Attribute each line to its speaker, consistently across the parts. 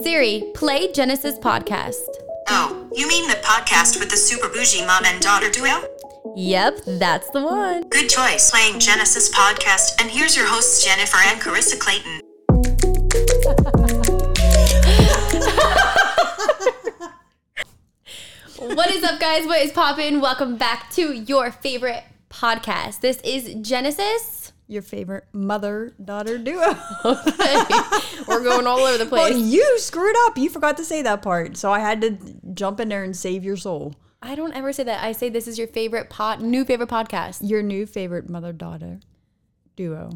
Speaker 1: Siri, play Genesis podcast.
Speaker 2: Oh, you mean the podcast with the super bougie mom and daughter duo?
Speaker 1: Yep, that's the one.
Speaker 2: Good choice playing Genesis podcast, and here's your hosts Jennifer and Carissa Clayton.
Speaker 1: What is up, guys? What is poppin'? Welcome back to your favorite podcast. This is Genesis.
Speaker 3: your favorite mother daughter duo.
Speaker 1: We're going all over the
Speaker 3: well,
Speaker 1: place.
Speaker 3: you screwed up. You forgot to say that part. So I had to jump in there and save your soul.
Speaker 1: I don't ever say that. I say this is your favorite pod, new favorite podcast.
Speaker 3: Your new favorite mother daughter duo,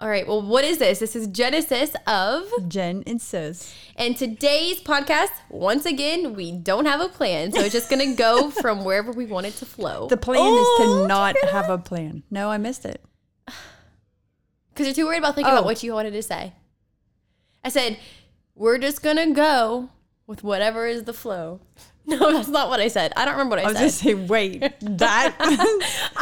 Speaker 1: All right. Well, what is this? This is Genesis of,
Speaker 3: Jen and Sis.
Speaker 1: and today's podcast. Once again, we don't have a plan, so it's just gonna go from wherever we want it to flow.
Speaker 3: The plan is
Speaker 1: Oh,
Speaker 3: to not have a plan. No, I missed it.
Speaker 1: Because you're too worried about thinking
Speaker 3: Oh.
Speaker 1: about what you wanted to say. I said, we're just going to go with whatever is the flow. No, that's not what I said. I don't remember what I,
Speaker 3: I was
Speaker 1: said.
Speaker 3: just saying, wait, that.
Speaker 1: I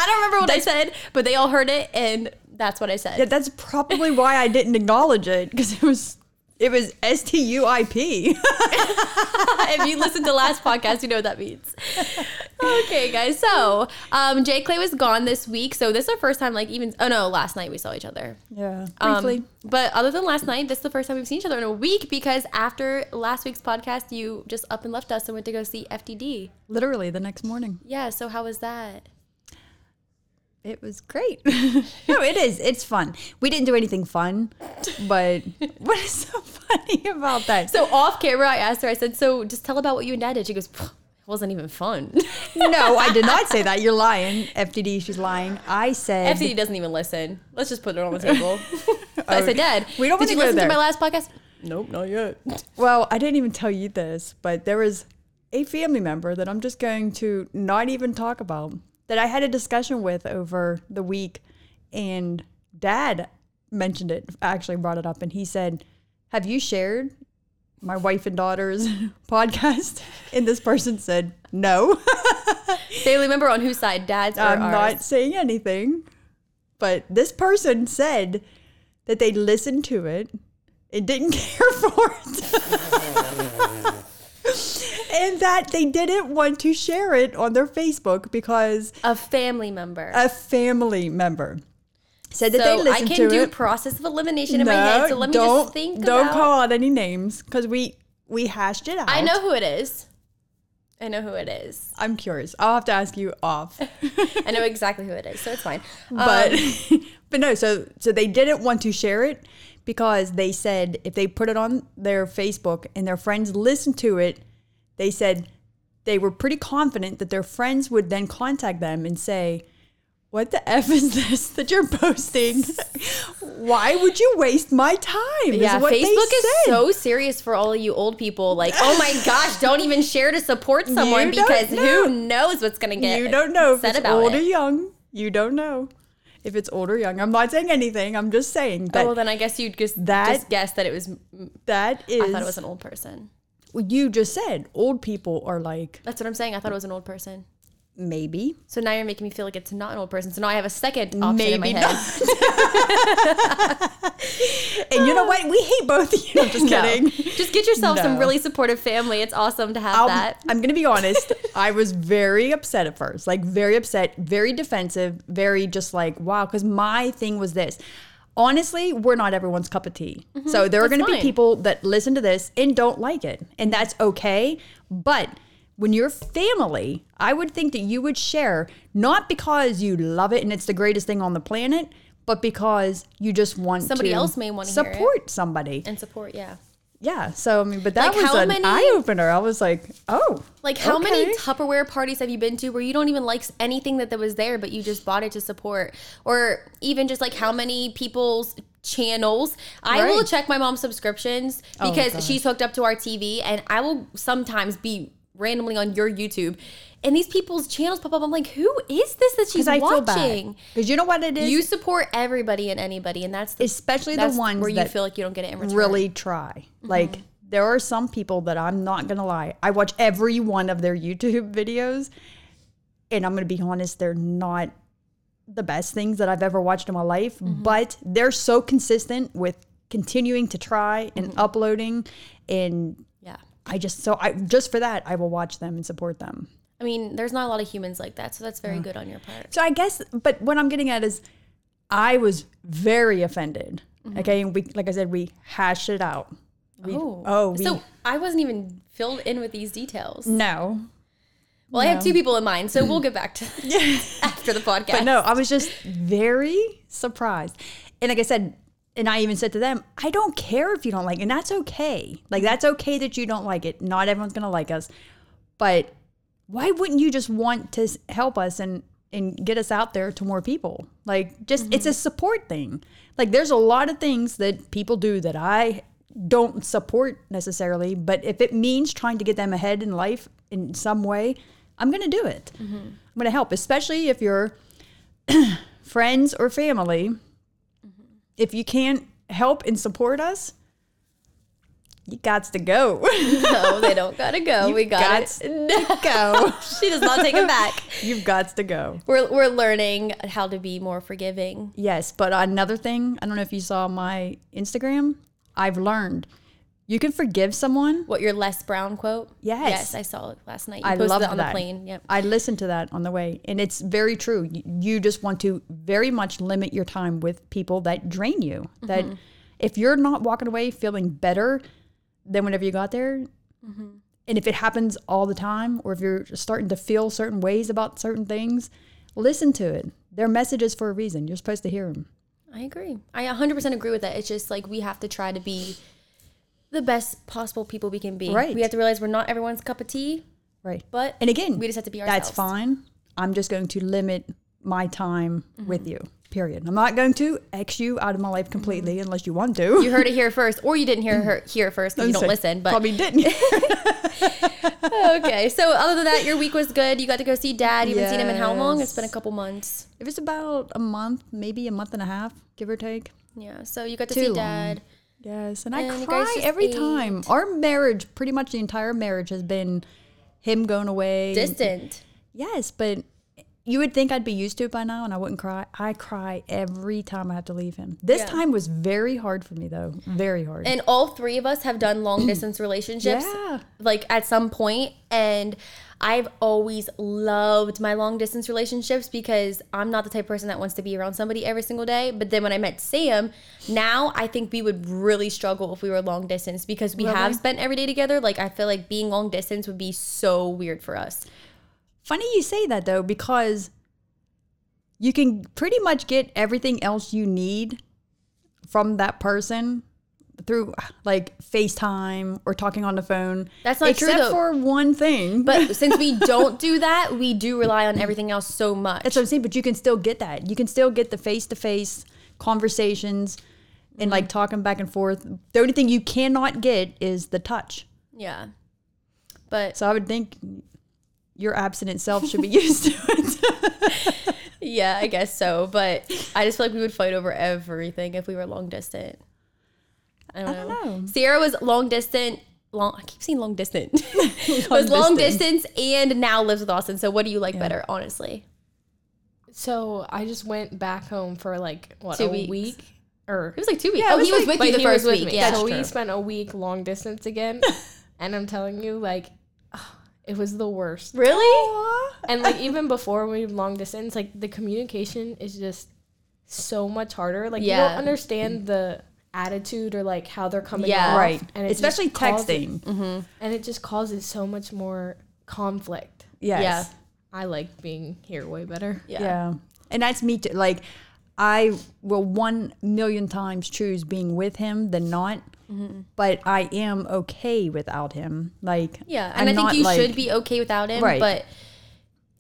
Speaker 1: don't remember what I said, but they all heard it, and that's what I said.
Speaker 3: yeah, that's probably why I didn't acknowledge it because it was it was S T U I P.
Speaker 1: if you listened to last podcast, you know what that means. Okay, guys. So, um, Jay Clay was gone this week, so this is the first time, like, even oh no, last night we saw each other.
Speaker 3: Yeah,
Speaker 1: Um,
Speaker 3: briefly.
Speaker 1: but other than last night, this is the first time we've seen each other in a week because after last week's podcast, you just up and left us and went to go see FTD.
Speaker 3: Literally the next morning.
Speaker 1: Yeah, so how was that?
Speaker 3: It was great. no, it is. It's fun. We didn't do anything fun, but what is so funny about that?
Speaker 1: So off camera, I asked her, I said, so just tell about what you and dad did. She goes, "Pff, it wasn't even fun.
Speaker 3: no, I did not say that. You're lying. FTD, she's lying. I said,
Speaker 1: FCD E doesn't even listen. Let's just put it on the table. I said, Dad,
Speaker 3: We don't
Speaker 1: did
Speaker 3: wanna
Speaker 1: you
Speaker 3: go
Speaker 1: listen
Speaker 3: there."
Speaker 1: to my last podcast?
Speaker 3: nope, not yet. Well, I didn't even tell you this, but there was a family member that I'm just going to not even talk about that I had a discussion with over the week, and dad mentioned it, actually brought it up, and he said, Have you shared my wife and daughter's podcast? And this person said, No.
Speaker 1: Family member on whose side? Dad's or
Speaker 3: I'm
Speaker 1: ours?
Speaker 3: not saying anything. But this person said that they listened to it and didn't care for it. and that they didn't want to share it on their Facebook because
Speaker 1: A family member.
Speaker 3: a family member Uh, said that they
Speaker 1: so I
Speaker 3: listened
Speaker 1: can
Speaker 3: to
Speaker 1: do
Speaker 3: it.
Speaker 1: process of elimination in my head. So let me
Speaker 3: don't,
Speaker 1: just think
Speaker 3: Don't
Speaker 1: about.
Speaker 3: call out any names because we we hashed it out.
Speaker 1: I know who it is. I know who it is.
Speaker 3: I'm curious. I'll have to ask you off.
Speaker 1: I know exactly who it is, so it's fine. Um,
Speaker 3: but but no so so they didn't want to share it because they said if they put it on their facebook and their friends listened to it they said they were pretty confident that their friends would then contact them and say what the f is this that you're posting why would you waste my time is
Speaker 1: yeah,
Speaker 3: what they
Speaker 1: Facebook is
Speaker 3: said.
Speaker 1: so serious for all you old people. Like, oh my gosh, don't even share to support someone
Speaker 3: You don't
Speaker 1: because
Speaker 3: know.
Speaker 1: who knows what's gonna get
Speaker 3: you don't know if
Speaker 1: said
Speaker 3: it's
Speaker 1: about
Speaker 3: old or
Speaker 1: it.
Speaker 3: young you don't know if it's old or young i'm not saying anything i'm just saying that
Speaker 1: Oh, well, then I guess you'd just,
Speaker 3: That-
Speaker 1: just guess that it was. I
Speaker 3: that is
Speaker 1: thought it was an old person.
Speaker 3: you just said old people are like
Speaker 1: That's what I'm saying. I thought it was an old person.
Speaker 3: maybe
Speaker 1: So now you're making me feel like it's not an old person. So now I have a second option in my
Speaker 3: Maybe
Speaker 1: head.
Speaker 3: and you know what we hate both of you Uh. I'm just
Speaker 1: No.
Speaker 3: kidding
Speaker 1: Just get yourself some
Speaker 3: No.
Speaker 1: really supportive family. It's awesome to have
Speaker 3: I'll-
Speaker 1: that.
Speaker 3: i'm gonna be honest i was very upset at first like very upset very defensive very just like wow because my thing was this honestly we're not everyone's cup of tea so there are
Speaker 1: Mm-hmm. that's
Speaker 3: gonna
Speaker 1: fine.
Speaker 3: be people that listen to this and don't like it and that's okay but when you're family i would think that you would share not because you love it and it's the greatest thing on the planet but because you just want
Speaker 1: Somebody
Speaker 3: to
Speaker 1: else may wanna hear it.
Speaker 3: support somebody
Speaker 1: And support, yeah.
Speaker 3: yeah. So I mean, but that
Speaker 1: Like,
Speaker 3: was
Speaker 1: how
Speaker 3: an
Speaker 1: many-
Speaker 3: eye opener. I was like, oh,
Speaker 1: Like, how
Speaker 3: okay.
Speaker 1: many Tupperware parties have you been to where you don't even like s- anything that, that was there, but you just bought it to support? Or even just like how many people's channels? I will
Speaker 3: Right.
Speaker 1: check my mom's subscriptions
Speaker 3: Oh,
Speaker 1: because
Speaker 3: gosh.
Speaker 1: she's hooked up to our TV, and I will sometimes be randomly on your YouTube, and these people's channels pop up. I'm like, who is this that she's
Speaker 3: Because I feel
Speaker 1: watching?
Speaker 3: bad. Because you know what it is,
Speaker 1: You support everybody and anybody, and that's the,
Speaker 3: especially the
Speaker 1: that's
Speaker 3: ones
Speaker 1: where you
Speaker 3: that
Speaker 1: feel Mm-hmm. like you don't get it in return.
Speaker 3: really try. Like there are some people that I'm not gonna lie. I watch every one of their YouTube videos, and I'm gonna be honest, they're not
Speaker 1: Mm-hmm.
Speaker 3: the best things that I've ever watched in my life. But they're so consistent with continuing to try and
Speaker 1: Mm-hmm.
Speaker 3: uploading and
Speaker 1: Yeah.
Speaker 3: I just so I just for that I will watch them and support them.
Speaker 1: I mean, there's not a lot of humans like that, so that's very good on your part.
Speaker 3: So I guess, but what I'm getting at is, I was very offended. Okay, and we, like I said, we hashed it out. We, oh, we, Mm,
Speaker 1: so I wasn't even filled in with these details.
Speaker 3: no,
Speaker 1: Well, I have two people in mind, so we'll get back to after the podcast.
Speaker 3: but no, I was just very surprised. And like I said, and I even said to them, I don't care if you don't like it, and that's okay. Like that's okay that you don't like it. Not everyone's gonna like us, but why wouldn't you just want to s- help us and and get us out there to more people? Like just it's a support thing. Like there's a lot of things that people do that I don't support necessarily, but if it means trying to get them ahead in life in some way, I'm going to do it. I'm going to help, especially if you're friends or family.
Speaker 1: Mm-hmm.
Speaker 3: If you can't help and support us, you got to go.
Speaker 1: no, they don't gotta go. we got
Speaker 3: gots
Speaker 1: it.
Speaker 3: to go.
Speaker 1: She does not take it back.
Speaker 3: You've got to go.
Speaker 1: We're we're learning how to be more forgiving.
Speaker 3: Yes, but another thing, I don't know if you saw my Instagram, I've learned you can forgive someone.
Speaker 1: What your Les Brown quote?
Speaker 3: Yes.
Speaker 1: yes, I saw it last night. You
Speaker 3: I
Speaker 1: posted
Speaker 3: love
Speaker 1: it on
Speaker 3: that.
Speaker 1: the plane. Yep.
Speaker 3: I listened to that on the way, and it's very true. You, you just want to very much limit your time with people that drain you. That
Speaker 1: Mm-hmm.
Speaker 3: if you're not walking away feeling better than whenever you got there,
Speaker 1: Mm-hmm.
Speaker 3: and if it happens all the time, or if you're starting to feel certain ways about certain things, listen to it. Their messages for a reason. You're supposed to hear them.
Speaker 1: I agree. I 100% agree with that. It's just like we have to try to be the best possible people we can be.
Speaker 3: Right.
Speaker 1: We have to realize we're not everyone's cup of tea,
Speaker 3: Right.
Speaker 1: but
Speaker 3: And again,
Speaker 1: we just have to be ourselves.
Speaker 3: that's fine. I'm just going to limit my time with you. Period. I'm not going to X you out of my life completely unless you want to.
Speaker 1: Mm-hmm. You heard it here first, or you didn't hear her here first because you don't listen. But
Speaker 3: probably didn't.
Speaker 1: okay. So other than that, your week was good. You got to go see dad. You haven't seen him in how long?
Speaker 3: Yes.
Speaker 1: It's been a couple months.
Speaker 3: it was about a month, maybe a month and a half, give or take.
Speaker 1: Yeah. So you got to
Speaker 3: Too
Speaker 1: see
Speaker 3: long.
Speaker 1: dad.
Speaker 3: Yes, and,
Speaker 1: And
Speaker 3: I
Speaker 1: you guys
Speaker 3: cry
Speaker 1: just
Speaker 3: every time. Our marriage, pretty much the entire marriage, has been him going away.
Speaker 1: Distant.
Speaker 3: yes, but you would think I'd be used to it by now, and I wouldn't cry. I cry every time I have to leave him. This
Speaker 1: Yeah.
Speaker 3: time was very hard for me, though. Very hard.
Speaker 1: And all three of us have done long distance relationships.
Speaker 3: Yeah.
Speaker 1: Like at some point, and I've always loved my long distance relationships because I'm not the type of person that wants to be around somebody every single day. But then when I met Sam, now I think we would really struggle if we were long distance because we have spent every day together. Like I feel like being long distance would be so weird for us.
Speaker 3: Funny you say that though, because you can pretty much get everything else you need from that person through like FaceTime or talking on the phone.
Speaker 1: That's not true,
Speaker 3: except
Speaker 1: though.
Speaker 3: for one thing.
Speaker 1: But since we don't do that, we do rely on everything else so much.
Speaker 3: that's what I'm saying. But you can still get that. You can still get the face to face conversations and
Speaker 1: Mm-hmm.
Speaker 3: like talking back and forth. The only thing you cannot get is the touch.
Speaker 1: yeah. But
Speaker 3: So I would think your abstinent self should be used to it.
Speaker 1: Yeah, I guess so. But I just feel like we would fight over everything if we were long distant. I don't, know.
Speaker 3: know.
Speaker 1: Sierra was long distant. Long, I keep saying long distant. was long distance and now lives with Austin. So what do you like better, honestly?
Speaker 4: So I just went back home for like what
Speaker 1: Two
Speaker 4: a
Speaker 1: weeks.
Speaker 4: week or
Speaker 1: It was like two weeks.
Speaker 3: Yeah, it
Speaker 1: oh, he
Speaker 3: was
Speaker 1: was
Speaker 3: like-
Speaker 1: with you the
Speaker 4: he was
Speaker 1: first
Speaker 4: with
Speaker 1: week.
Speaker 4: me.
Speaker 1: Yeah,
Speaker 4: so we spent a week long distance again, and I'm telling you, like, it was the worst.
Speaker 1: really?
Speaker 4: And like even before we long distance, like the communication is just so much harder. Like you
Speaker 1: Yeah.
Speaker 4: don't understand the attitude or like how they're coming
Speaker 1: Yeah.
Speaker 4: off,
Speaker 3: Right.
Speaker 4: and it just
Speaker 3: Especially
Speaker 4: causes-
Speaker 3: texting.
Speaker 1: Mm-hmm.
Speaker 4: and it just causes so much more conflict.
Speaker 3: Yes.
Speaker 1: Yeah.
Speaker 4: I like being here way better.
Speaker 1: Yeah.
Speaker 3: Yeah. And that's me too. Like, I will one million times choose being with him than not,
Speaker 1: Mm-hmm.
Speaker 3: but I am okay without him. Like,
Speaker 1: Yeah. And
Speaker 3: I'm
Speaker 1: i
Speaker 3: not,
Speaker 1: think you
Speaker 3: like-
Speaker 1: should be okay without him,
Speaker 3: Right.
Speaker 1: but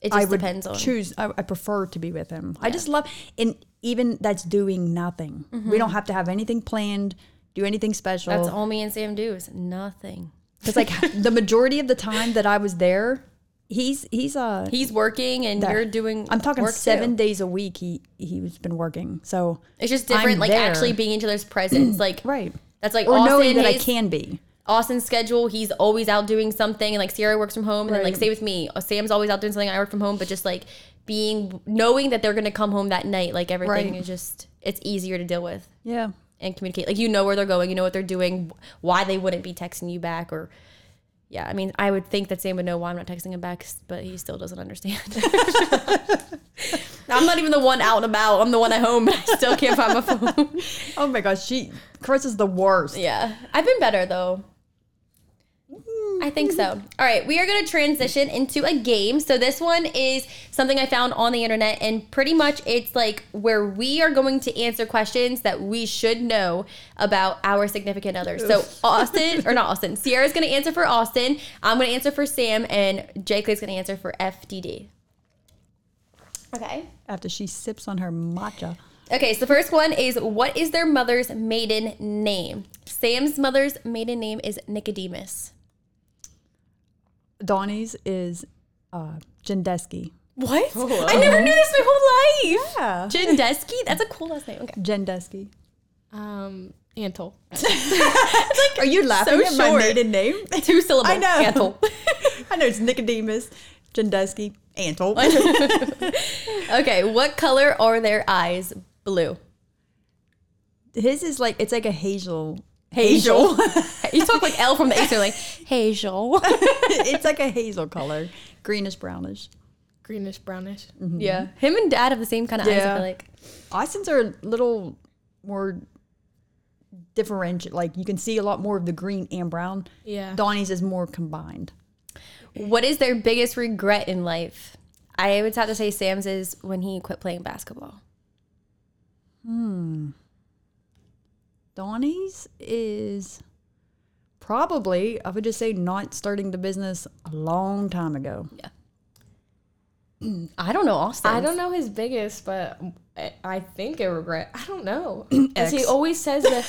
Speaker 1: it just
Speaker 3: I would
Speaker 1: depends on
Speaker 3: choose. I, I prefer to be with him. I just love, and even that's doing nothing. We don't have to have anything planned, do anything special.
Speaker 1: Mm-hmm. that's all me and Sam do is nothing.
Speaker 3: Because like the majority of the time that I was there, he's he's uh
Speaker 1: He's working and you're doing
Speaker 3: I'm talking
Speaker 1: work too.
Speaker 3: seven days a week. He he's been working. So
Speaker 1: It's just
Speaker 3: I'm
Speaker 1: different, like
Speaker 3: there.
Speaker 1: actually being in each other's presence. Like
Speaker 3: right.
Speaker 1: That's like
Speaker 3: Or
Speaker 1: Austin,
Speaker 3: knowing that I
Speaker 1: his-
Speaker 3: can be.
Speaker 1: Austin's schedule. He's always out doing something, and like Sierra works from home, and then like
Speaker 3: Right.
Speaker 1: stay with me. uh, Sam's always out doing something. I work from home, but just like being knowing that they're gonna come home that night, like everything
Speaker 3: Right.
Speaker 1: is just it's easier to deal with.
Speaker 3: Yeah.
Speaker 1: and communicate. Like you know where they're going, you know what they're doing, why they wouldn't be texting you back or yeah, I mean, I would think that Sam would know why I'm not texting him back, but he still doesn't understand. I'm not even the one out and about. I'm the one at home, but I still can't find my phone.
Speaker 3: Oh my gosh, she Chris is the worst.
Speaker 1: yeah, I've been better though. I think so. All right, we are going to transition into a game. So this one is something I found on the internet, and pretty much it's like where we are going to answer questions that we should know about our significant other. So Austin, or not Austin, Sierra's going to answer for Austin. I'm going to answer for Sam, and Jake is going to answer for FDD. Okay.
Speaker 3: After she sips on her matcha.
Speaker 1: Okay, so the first one is what is their mother's maiden name? Sam's mother's maiden name is Nicodemus.
Speaker 3: Donnie's is uh Jendeski.
Speaker 1: What? I never knew this my whole life.
Speaker 3: Yeah.
Speaker 1: Jendeski? That's a cool last name. Okay.
Speaker 3: Jendeski.
Speaker 4: Um, Antle.
Speaker 3: Are you laughing
Speaker 1: so
Speaker 3: at my
Speaker 1: short.
Speaker 3: maiden name?
Speaker 1: Two syllables.
Speaker 3: I know.
Speaker 1: Ethel.
Speaker 3: I know it's Nicodemus, Jendeski, Antle.
Speaker 1: okay, what color are their eyes? Blue.
Speaker 3: His is like it's like a hazel.
Speaker 1: Hazel. you talk like L from the Ace. You're like, Hazel.
Speaker 3: it's like a hazel color, greenish brownish.
Speaker 4: Greenish, brownish.
Speaker 1: yeah. Him and dad have the same kind of eyes, I
Speaker 3: Yeah.
Speaker 1: feel like.
Speaker 3: Austin's are a little more differential. Like you can see a lot more of the green and brown.
Speaker 4: Yeah.
Speaker 3: Donnie's is more combined.
Speaker 1: What is their biggest regret in life? I would have to say Sam's is when he quit playing basketball.
Speaker 3: Donnie's is probably I would just say not starting the business a long time ago.
Speaker 1: I don't know Austin.
Speaker 4: I don't know his biggest, but I, I think a regret. I don't know. 'Cause he
Speaker 3: Ex.
Speaker 4: always says that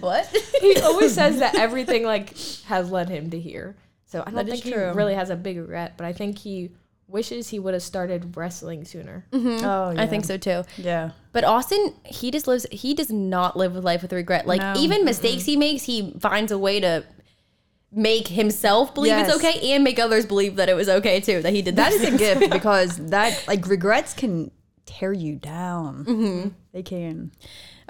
Speaker 1: what.
Speaker 4: he always says that everything like has led him to here. So I don't
Speaker 3: That is
Speaker 4: think he
Speaker 3: true.
Speaker 4: really has a big regret, but I think he wishes he would have started wrestling sooner.
Speaker 3: Oh, yeah.
Speaker 1: Hmm. I think so too.
Speaker 3: Yeah.
Speaker 1: But Austin, he just lives. He does not live with life with regret. Like
Speaker 3: No.
Speaker 1: even mistakes he makes, he finds a way to make himself believe it's
Speaker 3: Yes.
Speaker 1: okay and make others believe that it was okay too that he did
Speaker 3: That
Speaker 1: that.
Speaker 3: is a gift because that like regrets can tear you down.
Speaker 1: Mm-hmm.
Speaker 3: They can.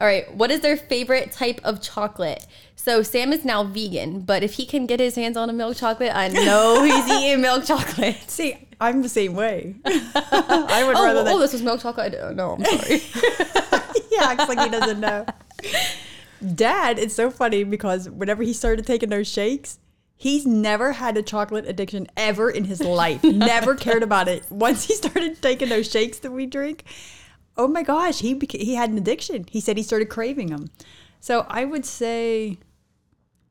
Speaker 1: All right, what is their favorite type of chocolate? So Sam is now vegan, but if he can get his hands on a milk chocolate, I know he's eating milk chocolate.
Speaker 3: See, I'm the same way. I would
Speaker 1: Oh,
Speaker 3: rather
Speaker 1: oh,
Speaker 3: that.
Speaker 1: this was milk chocolate. I don't know. I'm sorry.
Speaker 3: he acts like he doesn't know. Dad, it's so funny because whenever he started taking those shakes, he's never had a chocolate addiction ever in his life. never cared about it. Once he started taking those shakes that we drink, oh my gosh, he beca- he had an addiction. He said he started craving them. So I would say,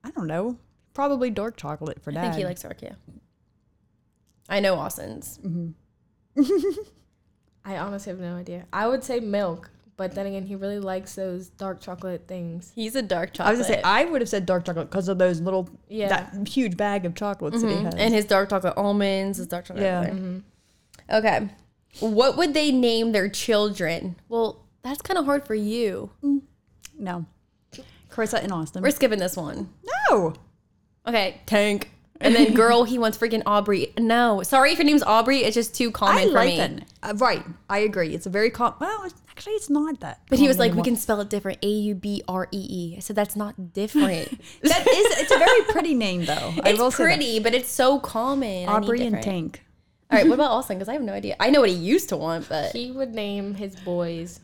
Speaker 3: I don't know, probably dark chocolate for Dad.
Speaker 1: I think he likes dark. Yeah, I know Austin's.
Speaker 4: I honestly have no idea. I would say milk, but then again, he really likes those dark chocolate things.
Speaker 1: He's a dark chocolate.
Speaker 3: I was gonna say I would have said dark chocolate because of those little
Speaker 4: Yeah.
Speaker 3: that huge bag of chocolates that he has.
Speaker 1: and his dark chocolate almonds, his dark chocolate.
Speaker 3: Yeah. Mm-hmm.
Speaker 1: everything. Okay. What would they name their children? Well, that's kind of hard for you.
Speaker 3: no, Carissa and Austin.
Speaker 1: We're skipping this one.
Speaker 3: no,
Speaker 1: Okay, Tank. And then girl, he wants freaking Aubrey. No, sorry if your name's Aubrey. It's just too common
Speaker 3: I
Speaker 1: for
Speaker 3: like
Speaker 1: me.
Speaker 3: that. Uh, right, I agree. It's a very com- well. it's- Actually, it's not that.
Speaker 1: But he was like,
Speaker 3: common
Speaker 1: we can spell it different. A U B R E E. I said that's not different.
Speaker 3: anymore. That is. It's a very pretty name, though. I will
Speaker 1: it's
Speaker 3: say that.
Speaker 1: pretty, but it's so common. I need
Speaker 3: Aubrey and
Speaker 1: different.
Speaker 3: Tank.
Speaker 1: All right, what about Austin? Because I have no idea. I know what he used to want, but
Speaker 4: He would name his boys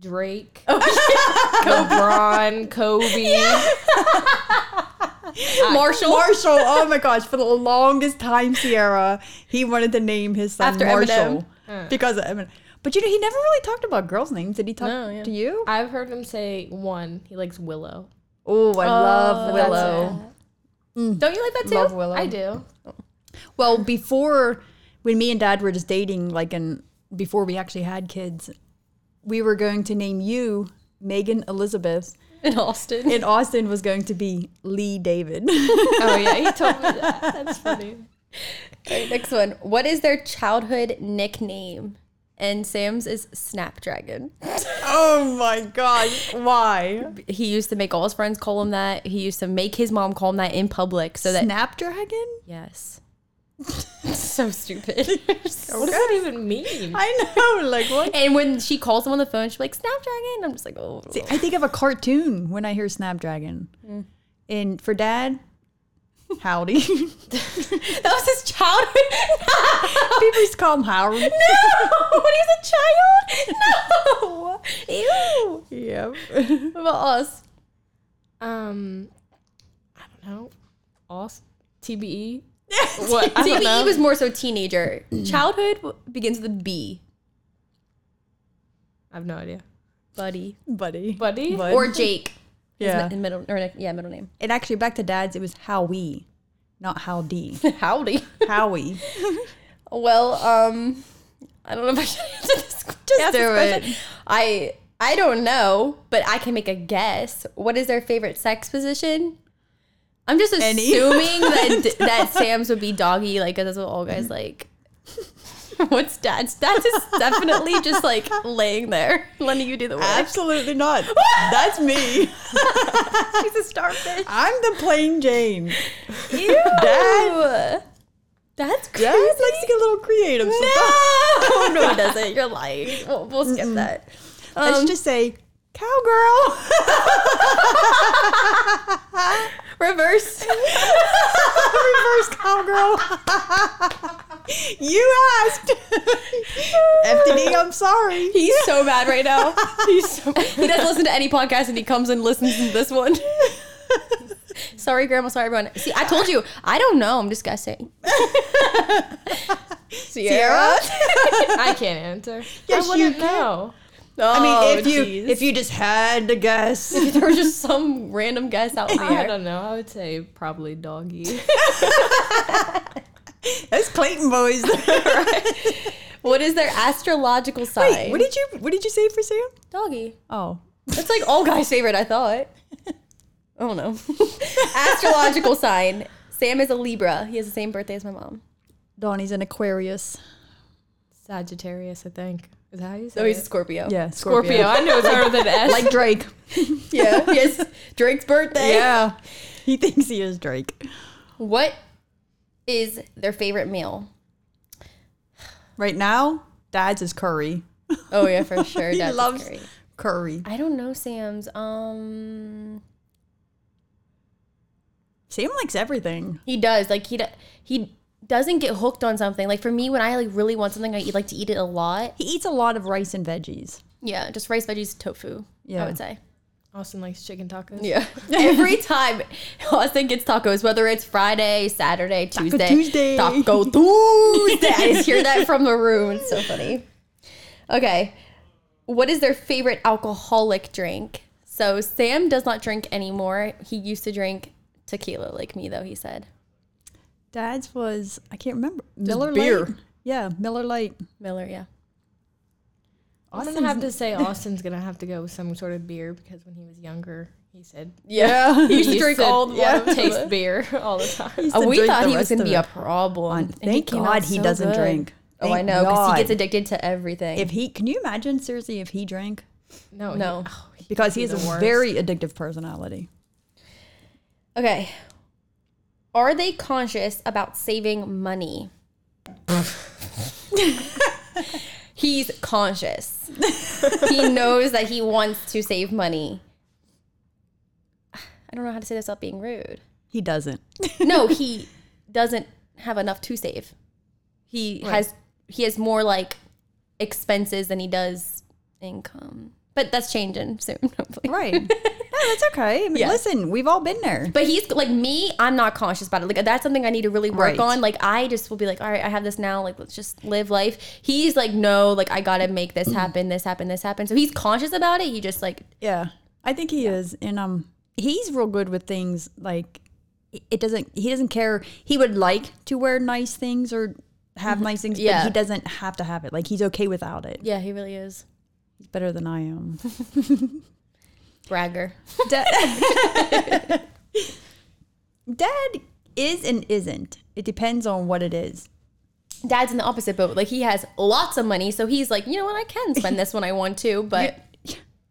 Speaker 4: Drake,
Speaker 3: Oh,
Speaker 4: LeBron, Kobe.
Speaker 1: Marshall.
Speaker 3: Marshall. Oh my gosh! For the longest time, Sierra, he wanted to name his son
Speaker 1: After
Speaker 3: Marshall
Speaker 1: Hmm.
Speaker 3: because of Eminem. But you know, he never really talked about girls' names. Did he talk
Speaker 1: No, yeah.
Speaker 3: to you?
Speaker 4: I've heard him say one. He likes Willow.
Speaker 3: Oh, I love
Speaker 1: that's
Speaker 3: Willow.
Speaker 1: Don't you like that too?
Speaker 3: Love Willow.
Speaker 4: I do.
Speaker 3: Well, before when me and dad were just dating, like and before we actually had kids, we were going to name you Megan Elizabeth,
Speaker 1: In Austin.
Speaker 3: and Austin was going to be Lee David.
Speaker 4: Oh yeah, he told me that. That's funny.
Speaker 1: Next one. What is their childhood nickname? And Sam's is Snapdragon.
Speaker 3: oh my gosh, why?
Speaker 1: He used to make all his friends call him that. He used to make his mom call him that in public so that
Speaker 3: Snapdragon?
Speaker 1: yes.
Speaker 4: so stupid. what does that even mean?
Speaker 3: I know, like what?
Speaker 1: And when she calls him on the phone, she's like, Snapdragon. I'm just like, oh.
Speaker 3: See, I think of a cartoon when I hear Snapdragon. And for dad, howdy.
Speaker 1: that was his childhood.
Speaker 3: People used to call him Howard.
Speaker 1: no, when he's a child. No. Ew.
Speaker 3: Yep.
Speaker 1: What about us?
Speaker 4: Um, I don't know. Aus E? TBE. What? I don't
Speaker 1: TBE
Speaker 4: know.
Speaker 1: was more so teenager. Childhood w- begins with a B,
Speaker 4: I have no idea.
Speaker 1: buddy,
Speaker 3: Buddy.
Speaker 4: Buddy?
Speaker 3: Bud.
Speaker 1: or Jake. His
Speaker 3: yeah.
Speaker 1: mi- middle or like, yeah, middle name.
Speaker 3: And actually, back to dad's, it was Howie, not Howdy.
Speaker 1: Howdy.
Speaker 3: Howie.
Speaker 1: Well, um, I don't know if I should answer this. Just
Speaker 3: Yes,
Speaker 1: do
Speaker 3: it's
Speaker 1: it.
Speaker 3: question.
Speaker 1: I I don't know, but I can make a guess. What is their favorite sex position? I'm just
Speaker 3: Any.
Speaker 1: assuming that that Sam's would be doggy, like 'cause that's what all guys like. What's dad's? Dad's is definitely just like laying there, letting you do the work.
Speaker 3: Absolutely not. That's me.
Speaker 1: She's a starfish.
Speaker 3: I'm the plain Jane.
Speaker 1: Ew.
Speaker 3: Dad.
Speaker 1: That's crazy.
Speaker 3: Dad likes to get a little creative. sometimes.
Speaker 1: Oh, No, no, it doesn't. You're lying. We'll, we'll skip that.
Speaker 3: Let's
Speaker 1: Um,
Speaker 3: just say cowgirl.
Speaker 1: Reverse.
Speaker 3: Reverse cowgirl. you asked. FTD, I'm sorry.
Speaker 1: He's so mad right now. He's so he doesn't listen to any podcast and he comes and listens to this one. sorry, Grandma. Sorry, everyone. See, I told you. I don't know. I'm just guessing. Sierra.
Speaker 4: I can't answer.
Speaker 3: Yes,
Speaker 4: I
Speaker 3: you
Speaker 4: wouldn't
Speaker 3: can.
Speaker 4: know.
Speaker 3: I mean, if you if you just had to guess,
Speaker 1: if there was just some random guess out in the
Speaker 4: I
Speaker 1: air.
Speaker 4: don't know. I would say probably doggy.
Speaker 3: that's Clayton boys.
Speaker 1: What is their astrological sign?
Speaker 3: Wait, what did you what did you say for Sam?
Speaker 1: Doggy.
Speaker 3: Oh,
Speaker 1: That's like all guys' favorite. I thought. I don't know. astrological sign. Sam is a Libra. He has the same birthday as my mom.
Speaker 3: Donnie's an Aquarius.
Speaker 4: Sagittarius, I think. Is that how you say
Speaker 1: So Oh, he's a
Speaker 4: it?
Speaker 1: Scorpio.
Speaker 3: Yeah,
Speaker 4: Scorpio. I know it's harder than S.
Speaker 3: like Drake.
Speaker 1: Yeah. Yes. Drake's birthday.
Speaker 3: yeah, he thinks he is Drake.
Speaker 1: What is their favorite meal?
Speaker 3: Right now, Dad's is curry.
Speaker 1: Oh yeah, for sure.
Speaker 3: He
Speaker 1: Dad's is
Speaker 3: loves-
Speaker 1: great.
Speaker 3: Curry.
Speaker 1: I don't know Sam's. Um,
Speaker 3: Sam likes everything.
Speaker 1: he does like he do, he doesn't get hooked on something. Like for me, when I like really want something, I eat, like to eat it a lot.
Speaker 3: He eats a lot of rice and veggies.
Speaker 1: Yeah, just rice, veggies, tofu. Yeah, I
Speaker 3: Yeah.
Speaker 1: would say.
Speaker 4: Austin likes chicken tacos.
Speaker 1: Yeah. Every time Austin gets tacos, whether it's Friday, Saturday, Tuesday,
Speaker 3: Tuesday.
Speaker 1: Taco Tuesday. I just hear that from the room. It's so funny. Okay. What is their favorite alcoholic drink? So Sam does not drink anymore. He used to drink tequila like me though, he said.
Speaker 3: Dad's was I can't remember
Speaker 4: Miller Lite?
Speaker 3: Yeah, Miller Lite.
Speaker 1: Miller, yeah.
Speaker 4: I'm gonna have to say Austin's gonna have to go with some sort of beer because when he was younger, he said
Speaker 1: Yeah. He used to drink all the
Speaker 4: yeah.
Speaker 1: water.
Speaker 4: taste beer all the time.
Speaker 3: He used to
Speaker 1: Uh, we
Speaker 3: drink
Speaker 1: thought
Speaker 3: the
Speaker 1: he was
Speaker 3: rest
Speaker 1: going to
Speaker 3: of
Speaker 1: be
Speaker 3: it.
Speaker 1: a problem.
Speaker 3: On-
Speaker 1: and
Speaker 3: thank
Speaker 1: came out
Speaker 3: God he doesn't drink.
Speaker 1: Oh, I
Speaker 3: Thank
Speaker 1: know because he gets
Speaker 3: God.
Speaker 1: addicted to everything.
Speaker 3: If he can you imagine seriously if he drank?
Speaker 4: No,
Speaker 1: No.
Speaker 3: Because he
Speaker 4: He'd
Speaker 3: is
Speaker 4: be
Speaker 3: a
Speaker 4: the worst.
Speaker 3: very addictive personality.
Speaker 1: Okay. Are they conscious about saving money? He's conscious. he knows that he wants to save money. I don't know how to say this without being rude.
Speaker 3: He doesn't.
Speaker 1: No, he doesn't have enough to save. He has he has more like expenses than he does income. But that's changing soon, hopefully.
Speaker 3: Right. no, that's okay. I mean, Listen, we've all been there.
Speaker 1: But he's like me. I'm not conscious about it. Like that's something I need to really work
Speaker 3: Right.
Speaker 1: on. Like I just will be like, all right, I have this now. Like let's just live life. He's like, no, like I gotta make this happen, this happen, this happen. So he's conscious about it. He just like
Speaker 3: Yeah, I think he is, and um, he's real good with things like it- it doesn't. He doesn't care. He would like to wear nice things or have nice things,
Speaker 1: Yeah.
Speaker 3: but he doesn't have to have it. Like he's okay without it.
Speaker 1: yeah, he really is
Speaker 3: He's better than I am.
Speaker 1: bragger.
Speaker 3: Dad, Dad is and isn't. It depends on what it is.
Speaker 1: Dad's in the opposite boat. Like he has lots of money, so he's like, you know what, I can spend this when I want to. But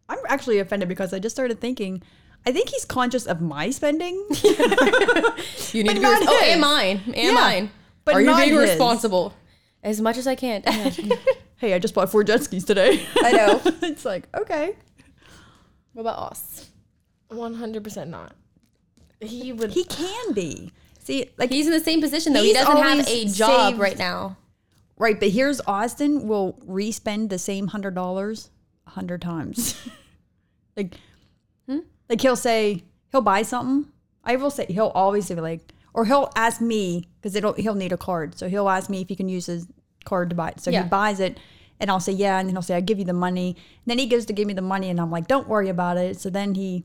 Speaker 3: I'm actually offended because I just started thinking. I think he's conscious of my spending.
Speaker 1: you need to be.
Speaker 3: not
Speaker 1: res- oh,
Speaker 3: his.
Speaker 1: and mine, and
Speaker 3: Yeah.
Speaker 1: mine.
Speaker 3: But
Speaker 1: Are you
Speaker 3: not
Speaker 1: being
Speaker 3: his.
Speaker 1: responsible? As much as I can.
Speaker 3: Hey, I just bought four jet skis today.
Speaker 1: I know.
Speaker 3: it's like, okay.
Speaker 1: what about us?
Speaker 4: One hundred percent not. He would.
Speaker 3: He can be. See, like
Speaker 1: He's in the same position though. he
Speaker 3: He's
Speaker 1: doesn't have a
Speaker 3: always
Speaker 1: job
Speaker 3: saved.
Speaker 1: right now.
Speaker 3: Right, but here's Austin will respend the same hundred dollars a hundred times. like, like he'll say he'll buy something. I will say he'll always say like, or he'll ask me because it'll he'll need a card, so he'll ask me if he can use his card to buy it. So
Speaker 1: Yeah.
Speaker 3: he buys it, and I'll say yeah, and then he'll say I give you the money. And then he goes to give me the money, and I'm like, don't worry about it. So then he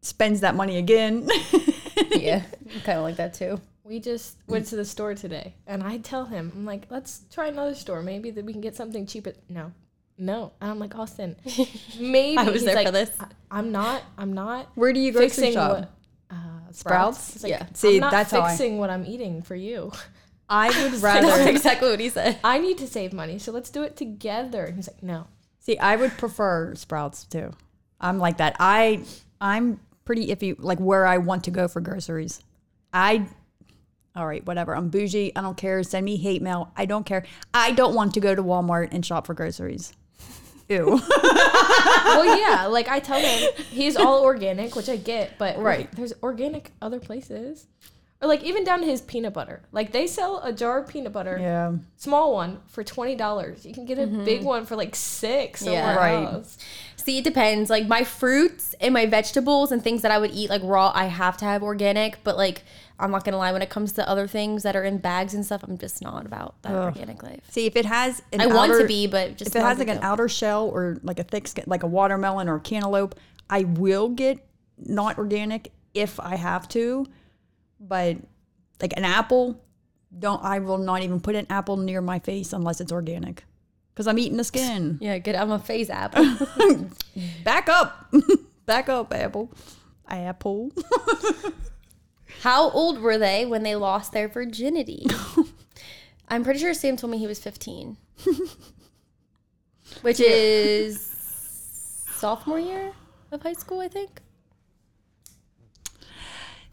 Speaker 3: spends that money again.
Speaker 1: yeah. Kind of like that too.
Speaker 4: We just went to the store today, and I tell him, I'm like, let's try another store. Maybe that we can get something cheaper. No, no. And I'm like, Austin, maybe
Speaker 1: I was
Speaker 4: He's
Speaker 1: there for
Speaker 4: like,
Speaker 1: this.
Speaker 4: I, am not. I'm not.
Speaker 3: Where do you grocery
Speaker 4: fixing
Speaker 3: shop?
Speaker 4: what. Uh,
Speaker 3: Sprouts?
Speaker 4: He's like,
Speaker 1: Yeah.
Speaker 3: See,
Speaker 4: I'm not
Speaker 3: that's how I-
Speaker 4: fixing what I'm eating for you.
Speaker 3: I would
Speaker 1: That's
Speaker 3: rather
Speaker 1: exactly what he said.
Speaker 4: I need to save money, so let's do it together. And he's like, no.
Speaker 3: See, I would prefer Sprouts too. I'm like that. I I'm pretty iffy like where I want to go for groceries. I all right, whatever. I'm bougie. I don't care. Send me hate mail. I don't care. I don't want to go to Walmart and shop for groceries. Ew.
Speaker 4: well, yeah, like I tell him he's all organic, which I get, but
Speaker 3: Right.
Speaker 4: there's organic other places. Or like even down to his peanut butter. Like they sell a jar of peanut butter,
Speaker 3: yeah.
Speaker 4: small one for twenty dollars. You can get a big one for like six
Speaker 1: Yeah.
Speaker 4: somewhere
Speaker 3: Right.
Speaker 4: else.
Speaker 1: See, it depends. Like my fruits and my vegetables and things that I would eat like raw, I have to have organic. But like, I'm not gonna lie, when it comes to other things that are in bags and stuff, I'm just not about that organic life.
Speaker 3: See, if it has an
Speaker 1: I want to
Speaker 3: outer-
Speaker 1: be, but just
Speaker 3: if it
Speaker 1: not
Speaker 3: has
Speaker 1: a
Speaker 3: like an
Speaker 1: deal.
Speaker 3: outer shell or like a thick skin, like a watermelon or a cantaloupe, I will get not organic if I have to. But like an apple, don't I will not even put an apple near my face unless it's organic, because I'm eating the skin.
Speaker 1: yeah, good. I'm a phase apple.
Speaker 3: Back up, back up, apple, apple.
Speaker 1: How old were they when they lost their virginity? I'm pretty sure Sam told me he was 15, which is sophomore year of high school, I think.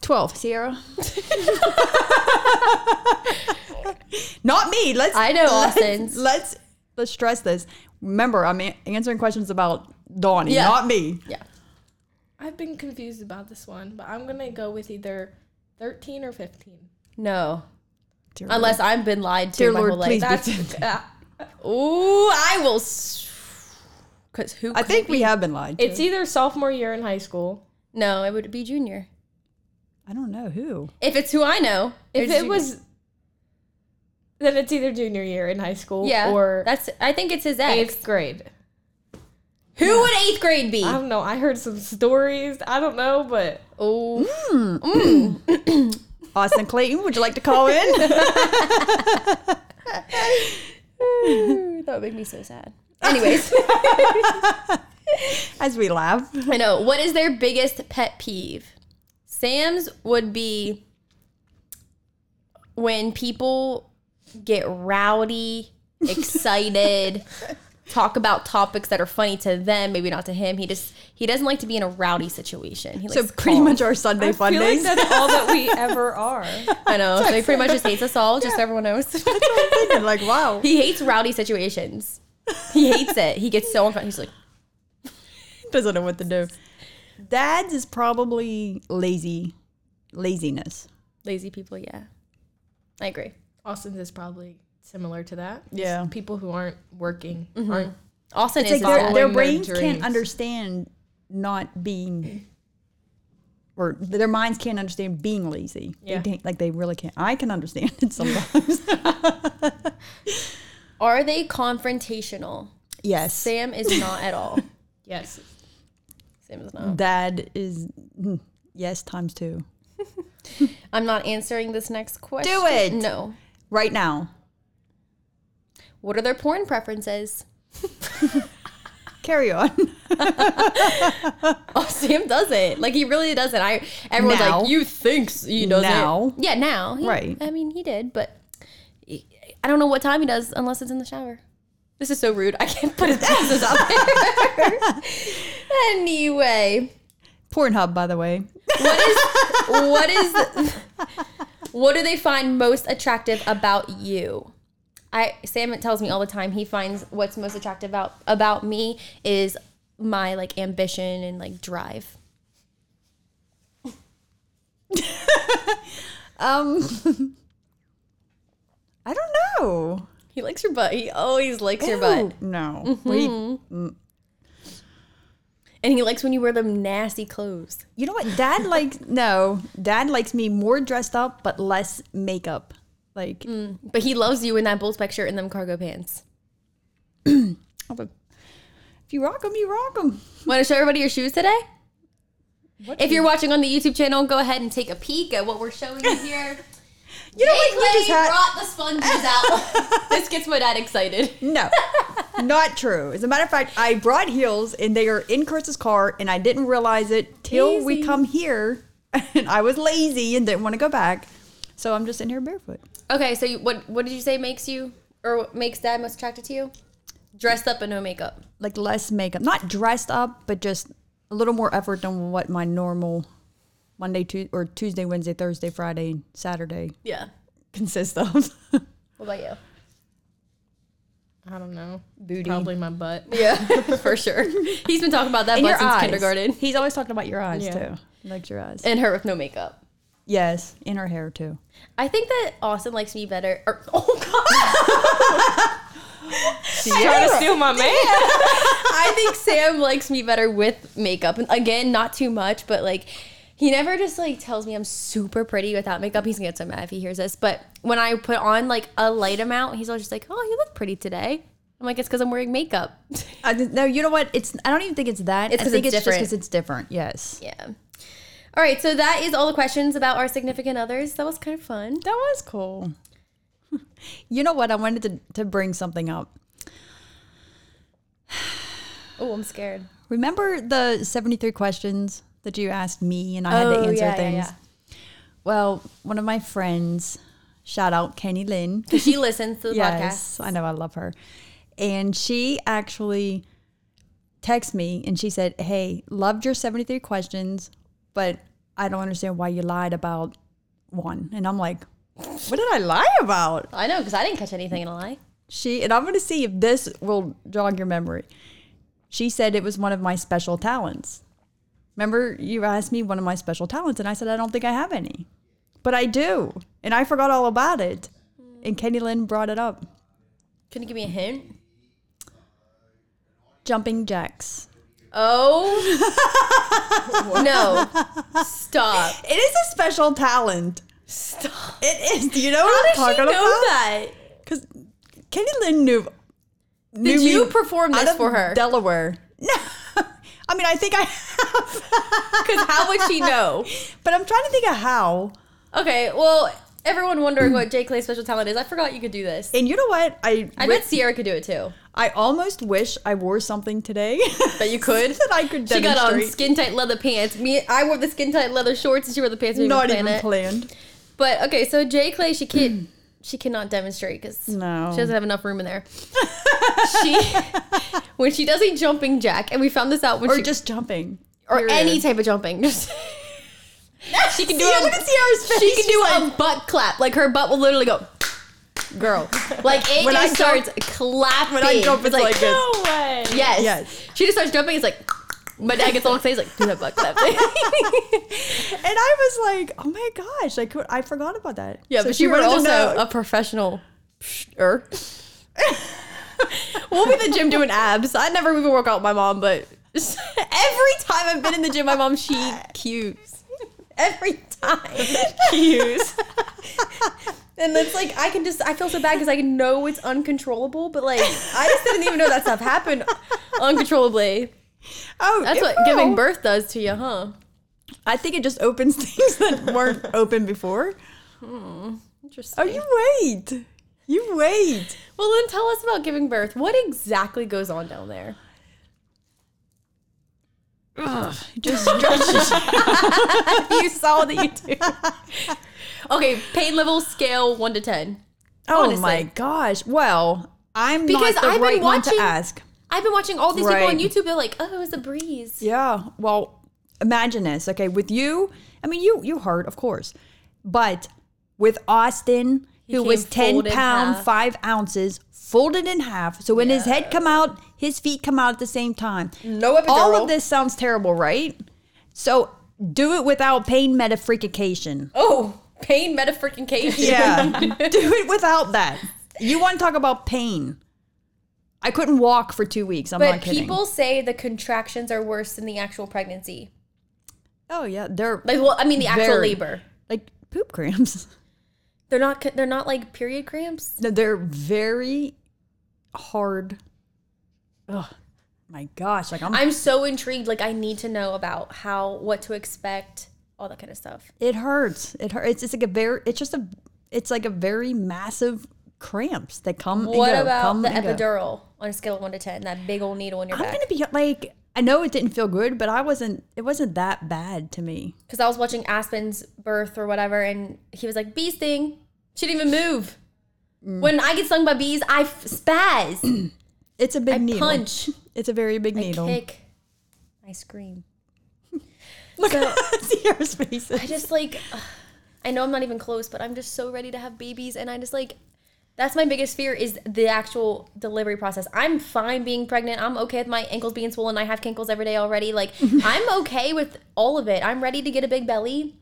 Speaker 3: Twelve, Sierra. not me. Let's.
Speaker 1: I know Austin's.
Speaker 3: let's let's let's stress this. Remember, I'm a- answering questions about Donnie,
Speaker 1: Yeah.
Speaker 3: not me.
Speaker 1: Yeah.
Speaker 4: I've been confused about this one, but I'm gonna go with either thirteen or fifteen.
Speaker 1: No.
Speaker 3: Dear
Speaker 1: Unless I've been lied to
Speaker 3: Dear
Speaker 1: my
Speaker 3: Lord,
Speaker 1: whole
Speaker 3: please
Speaker 1: life.
Speaker 3: be
Speaker 4: That's uh,
Speaker 1: Ooh, I will. Because who?
Speaker 3: I think we have been lied. To.
Speaker 4: it's either sophomore year in high school.
Speaker 1: No, it would be junior.
Speaker 3: I don't know who.
Speaker 1: If it's who I know.
Speaker 4: If
Speaker 1: it's
Speaker 4: it
Speaker 1: junior.
Speaker 4: was then it's either junior year in high school
Speaker 1: yeah,
Speaker 4: or
Speaker 1: that's. I think it's his ex.
Speaker 4: eighth grade.
Speaker 1: who would eighth grade be?
Speaker 4: I don't know. I heard some stories. I don't know, but
Speaker 1: oh,
Speaker 3: Austin Clayton, would you like to call in?
Speaker 1: that would make me so sad. Anyways,
Speaker 3: As we laugh.
Speaker 1: I know. What is their biggest pet peeve? Sam's would be when people get rowdy, excited, talk about topics that are funny to them, maybe not to him. He just he doesn't like to be in a rowdy situation. He
Speaker 3: So
Speaker 1: likes
Speaker 3: pretty
Speaker 1: calm.
Speaker 3: much our Sunday fun
Speaker 4: feel like
Speaker 3: days.
Speaker 4: that's all that we ever are.
Speaker 1: I know. So he pretty much just hates us all, just so everyone knows.
Speaker 3: Thinking like, wow.
Speaker 1: he hates rowdy situations. He hates it. He gets so uncomfortable. He's like,
Speaker 3: Doesn't know what to do. Dad's is probably lazy laziness.
Speaker 1: lazy people, yeah. I agree.
Speaker 4: Austin's is probably similar to that.
Speaker 3: Yeah.
Speaker 4: People who aren't working aren't
Speaker 1: Austin
Speaker 3: It's
Speaker 1: is
Speaker 3: like their,
Speaker 1: his dad.
Speaker 3: their
Speaker 4: Following their
Speaker 3: brains
Speaker 4: dreams.
Speaker 3: can't understand not being or their minds can't understand being lazy. They
Speaker 4: Yeah.
Speaker 3: can't- like they really can't. I can understand it sometimes.
Speaker 1: Are they confrontational?
Speaker 3: yes.
Speaker 1: Sam is not at all.
Speaker 4: yes.
Speaker 1: Sam is not.
Speaker 3: Dad is mm, yes times two.
Speaker 1: I'm not answering this next question.
Speaker 3: it.
Speaker 1: No.
Speaker 3: Right now.
Speaker 1: What are their porn preferences?
Speaker 3: Carry on.
Speaker 1: Oh, Sam doesn't. Like he really doesn't. I everyone's
Speaker 3: Now.
Speaker 1: like, you think he doesn't?
Speaker 3: Now.
Speaker 1: Yeah, now. He-
Speaker 3: Right.
Speaker 1: I mean, he did, but he- I don't know what time he does unless it's in the shower. This is so rude. I can't put his asses up there. anyway,
Speaker 3: Pornhub, by the way.
Speaker 1: what is what is What do they find most attractive about you? I Sam tells me all the time he finds what's most attractive about about me is my like ambition and like drive.
Speaker 3: Um, I don't know.
Speaker 1: He likes your butt. He always likes your butt.
Speaker 3: Ew, No. We,
Speaker 1: And he likes when you wear them nasty clothes.
Speaker 3: you know what? Dad likes, no, dad likes me more dressed up, but less makeup. Like,
Speaker 1: But he loves you in that bull spec shirt and them cargo pants.
Speaker 3: I'll be- if you rock them, you rock them.
Speaker 1: Want to show everybody your shoes today? if you're watching on the YouTube channel, go ahead and take a peek at what we're showing you here.
Speaker 3: You know what? We
Speaker 1: Clay
Speaker 3: just had,
Speaker 1: brought the sponges out. this gets my dad excited.
Speaker 3: no, not true. As a matter of fact, I brought heels and they are in Chris's car and I didn't realize it till we
Speaker 1: Lazy.
Speaker 3: come here and I was lazy and didn't want to go back. So I'm just in here barefoot.
Speaker 1: Okay, so you, what what did you say makes you or what makes dad most attracted to you? Dressed up and no makeup.
Speaker 3: like less makeup, not dressed up, but just a little more effort than what my normal Monday, Tuesday, or Tuesday, Wednesday, Thursday, Friday, and Saturday
Speaker 1: Yeah.
Speaker 3: consists of.
Speaker 1: What about you?
Speaker 4: I don't know.
Speaker 3: Booty.
Speaker 4: Probably my butt.
Speaker 1: Yeah, for sure. He's been talking about that
Speaker 3: And
Speaker 1: butt
Speaker 3: your
Speaker 1: since
Speaker 3: eyes.
Speaker 1: kindergarten.
Speaker 3: He's always talking about your eyes
Speaker 4: Yeah.
Speaker 3: too. He likes your eyes.
Speaker 1: And her with no makeup.
Speaker 3: Yes, in her hair too.
Speaker 1: I think that Austin likes me better. Or, oh God!
Speaker 4: Trying to steal my man.
Speaker 1: I think Sam likes me better with makeup. And again, not too much, but like he never just like tells me I'm super pretty without makeup. He's gonna get so mad if he hears this. But when I put on like a light amount, he's always just like, "Oh, you look pretty today." I'm like, "It's because I'm wearing makeup."
Speaker 3: I, just- no, you know what? It's I don't even think it's that.
Speaker 1: It's
Speaker 3: I
Speaker 1: 'cause
Speaker 3: think
Speaker 1: it's
Speaker 3: it's just
Speaker 1: different.
Speaker 3: because it's different. Yes,
Speaker 1: yeah. All right, so that is all the questions about our significant others. That was kind of fun.
Speaker 3: that was cool. you know what? I wanted to, to bring something up.
Speaker 1: Oh, I'm scared.
Speaker 3: Remember the 73 questions that you asked me and I
Speaker 1: Oh,
Speaker 3: had to answer things? Well, one of my friends, shout out Kenny Lynn.
Speaker 1: She listens to the podcast.
Speaker 3: I know I love her. And she actually texted me and she said, Hey, loved your 73 questions, but I don't understand why you lied about one. And I'm like, What did I lie about?
Speaker 1: I know because I didn't catch anything in a lie.
Speaker 3: She, and I'm going to see if this will jog your memory. She said it was one of my special talents. Remember, you asked me one of my special talents, and I said, I don't think I have any. But I do. And I forgot all about it. And Kenny Lynn brought it up.
Speaker 1: Can you give me a hint?
Speaker 3: jumping jacks.
Speaker 1: Oh no! Stop.
Speaker 3: It is a special talent.
Speaker 1: Stop.
Speaker 3: It is. Do you know
Speaker 1: How
Speaker 3: what
Speaker 1: does
Speaker 3: I'm
Speaker 1: she know
Speaker 3: talking about?
Speaker 1: that?
Speaker 3: Because Kenny Lynn knew. knew
Speaker 1: Did
Speaker 3: me
Speaker 1: you perform
Speaker 3: out
Speaker 1: this
Speaker 3: of
Speaker 1: for her?
Speaker 3: Delaware. No. I mean, I think I have.
Speaker 1: Because how would she know?
Speaker 3: But I'm trying to think of how.
Speaker 1: Okay, well, everyone wondering what Jay Clay's special talent is. I forgot you could do this.
Speaker 3: And you know what? I
Speaker 1: I bet Sierra could do it too.
Speaker 3: I almost wish I wore something today.
Speaker 1: That you could?
Speaker 3: that I could
Speaker 1: She got on
Speaker 3: demonstrate.
Speaker 1: skin tight leather pants. Me, I wore the skin tight leather shorts, and she wore the pants. We didn't
Speaker 3: Not
Speaker 1: plan
Speaker 3: even
Speaker 1: it.
Speaker 3: planned.
Speaker 1: But okay, so Jay Clay, she can she cannot demonstrate because
Speaker 3: No.
Speaker 1: she doesn't have enough room in there. she when she does a jumping jack, and we found this out when
Speaker 3: Or
Speaker 1: she
Speaker 3: just jumping.
Speaker 1: or
Speaker 3: Period.
Speaker 1: any type of jumping. Just- she can do
Speaker 3: See,
Speaker 1: it.
Speaker 3: I wanna see Sierra's face.
Speaker 1: She can
Speaker 3: She's
Speaker 1: do a butt clap. Like her butt will literally go, girl. Like it
Speaker 3: When I
Speaker 1: just
Speaker 3: jump-
Speaker 1: starts clapping.
Speaker 3: when I jump, it's like this.
Speaker 4: No way.
Speaker 1: yes.
Speaker 3: Yes.
Speaker 1: She just starts jumping. It's like my dad gets all excited. He's like, do that butt clap. thing."
Speaker 3: And I was like, oh my gosh, I could I forgot about that.
Speaker 1: yeah,
Speaker 3: So
Speaker 1: but she was
Speaker 3: wanted to
Speaker 1: also
Speaker 3: know.
Speaker 1: a professional. Er. we'll be at the gym doing abs. I never even work out with my mom, but every time I've been in the gym, my mom she cues. Every time.
Speaker 4: Cues.
Speaker 1: And it's like I can just I feel so bad because I know it's uncontrollable, but like I just didn't even know that stuff happened uncontrollably.
Speaker 3: Oh,
Speaker 1: That's
Speaker 3: it
Speaker 1: what giving
Speaker 3: will.
Speaker 1: birth does to you, huh?
Speaker 3: I think it just opens things that weren't open before.
Speaker 1: Interesting.
Speaker 3: Oh, you wait. You wait.
Speaker 1: well, then tell us about giving birth. What exactly goes on down there?
Speaker 3: Just stretch it.
Speaker 1: you saw that you do. okay, pain level scale one to ten.
Speaker 3: Oh
Speaker 1: Honestly.
Speaker 3: my gosh. Well, I'm
Speaker 1: Because
Speaker 3: not the
Speaker 1: I've been
Speaker 3: right one
Speaker 1: watching-
Speaker 3: to ask.
Speaker 1: I've been watching all these people on
Speaker 3: Right.
Speaker 1: YouTube. They're like, oh, it was a breeze.
Speaker 3: Yeah. Well, imagine this. Okay, with you, I mean you you hurt, of course. But with Austin, who
Speaker 1: came
Speaker 3: was ten
Speaker 1: folded
Speaker 3: pound
Speaker 1: half.
Speaker 3: five ounces, folded in half. So when his head come out, his feet come out at the same time.
Speaker 5: No epidural.
Speaker 3: All of this sounds terrible, right? So do it without pain metafreakication.
Speaker 1: Oh, pain metafreaking
Speaker 3: Yeah. do it without that. You want to talk about pain. I couldn't walk for two weeks. I'm
Speaker 1: But
Speaker 3: not kidding.
Speaker 1: people say the contractions are worse than the actual pregnancy.
Speaker 3: oh yeah, they're
Speaker 1: Like, well, I mean, the actual
Speaker 3: Very.
Speaker 1: labor.
Speaker 3: like poop cramps.
Speaker 1: They're not. They're not like period cramps.
Speaker 3: No, they're very hard. Ugh, my gosh, like I'm,
Speaker 1: I'm so intrigued. Like, I need to know about how, what to expect, all that kind of stuff.
Speaker 3: it hurts. It hurts. It's, it's like a very. It's just a. It's like a very massive cramps that come. and
Speaker 1: What
Speaker 3: go,
Speaker 1: about
Speaker 3: come
Speaker 1: the
Speaker 3: and go.
Speaker 1: epidural on a scale of one to ten? That big old needle in your
Speaker 3: I'm
Speaker 1: back.
Speaker 3: gonna be like. I know it didn't feel good, but I wasn't. It wasn't that bad to me.
Speaker 1: Because I was watching Aspen's birth or whatever, and he was like, "Bee sting." She didn't even move. When I get stung by bees, I f- spaz,
Speaker 3: It's a big
Speaker 1: I
Speaker 3: needle.
Speaker 1: punch,
Speaker 3: It's a very big needle.
Speaker 1: kick, I scream.
Speaker 3: Look at Sierra's face.
Speaker 1: I just like, ugh, I know I'm not even close, but I'm just so ready to have babies, and I just like, that's my biggest fear is the actual delivery process. I'm fine being pregnant. I'm okay with my ankles being swollen. I have kinkles every day already. Like, I'm okay with all of it. I'm ready to get a big belly.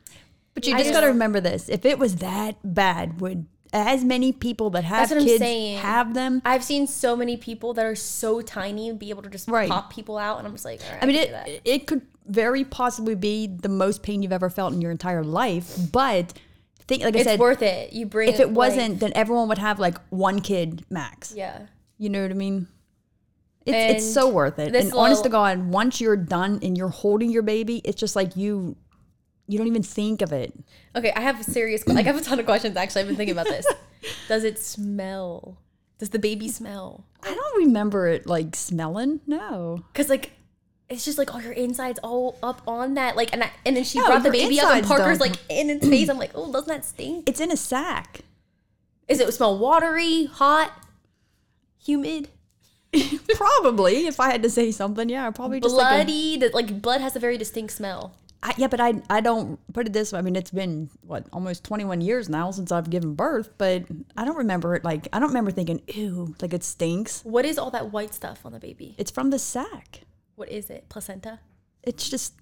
Speaker 3: But you just got to remember this: if it was that bad, would as many people that have
Speaker 1: That's what I'm
Speaker 3: kids
Speaker 1: saying.
Speaker 3: have them?
Speaker 1: I've seen so many people that are so tiny and be able to just
Speaker 3: Right.
Speaker 1: pop people out, and I'm just like, all right,
Speaker 3: I mean,
Speaker 1: can do that.
Speaker 3: it it could very possibly be the most pain you've ever felt in your entire life. But think, like I
Speaker 1: it's
Speaker 3: said,
Speaker 1: worth it. You bring
Speaker 3: if it
Speaker 1: like-
Speaker 3: wasn't, then everyone would have like one kid max.
Speaker 1: yeah.
Speaker 3: You know what I mean? It's, it's
Speaker 1: And
Speaker 3: so worth it. And
Speaker 1: this
Speaker 3: honest to
Speaker 1: little-
Speaker 3: God, once you're done and you're holding your baby, it's just like you you don't even think of it.
Speaker 1: Okay, I have a serious. Like, I have a ton of questions. Actually, I've been thinking about this. Does it smell? Does the baby smell?
Speaker 3: I don't remember it like smelling. No.
Speaker 1: Because like, it's just like all your insides all up on that. Like, and I, and then she
Speaker 3: No,
Speaker 1: brought the
Speaker 3: your
Speaker 1: baby up, and
Speaker 3: insides
Speaker 1: Parker's
Speaker 3: don't.
Speaker 1: like in its face. I'm like, oh, doesn't that stink?
Speaker 3: It's in a sack.
Speaker 1: Is it smell watery, hot, humid,
Speaker 3: probably, if I had to say something, yeah, probably just like a-
Speaker 1: bloody? that like blood has a very distinct smell.
Speaker 3: I, yeah, but I I don't put it this way. I mean, it's been what almost 21 years now since I've given birth, but I don't remember it like I don't remember thinking ew, like it stinks.
Speaker 1: What is all that white stuff on the baby?
Speaker 3: It's from the sack.
Speaker 1: What is it? Placenta.
Speaker 3: It's just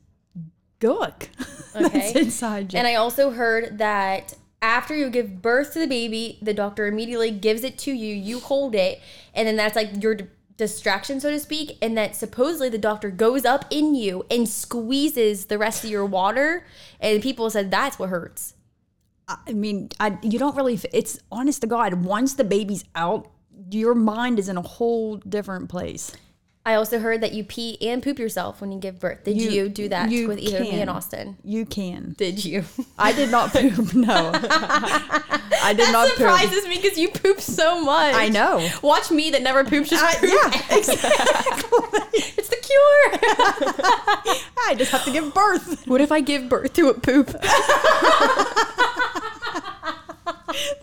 Speaker 3: gook.
Speaker 1: Okay.
Speaker 3: That's inside you.
Speaker 1: And I also heard that after you give birth to the baby, the doctor immediately gives it to you. You hold it, and then that's like your d- distraction, so to speak. And that supposedly the doctor goes up in you and squeezes the rest of your water. And people said that's what hurts.
Speaker 3: I mean, I, you don't really. f- It's honest to God. Once the baby's out, your mind is in a whole different place.
Speaker 1: I also heard that you pee and poop yourself when you give birth. Did you, do that
Speaker 3: you
Speaker 1: with either me
Speaker 3: can.
Speaker 1: and Austin?
Speaker 3: You can.
Speaker 1: Did you?
Speaker 3: I did not poop. No, I did not poop.
Speaker 1: Surprises me because you poop so much.
Speaker 3: I know.
Speaker 1: Watch me that never poops just poop.
Speaker 3: yeah, exactly.
Speaker 1: It's the cure.
Speaker 3: I just have to give birth.
Speaker 1: What if I give birth to a poop?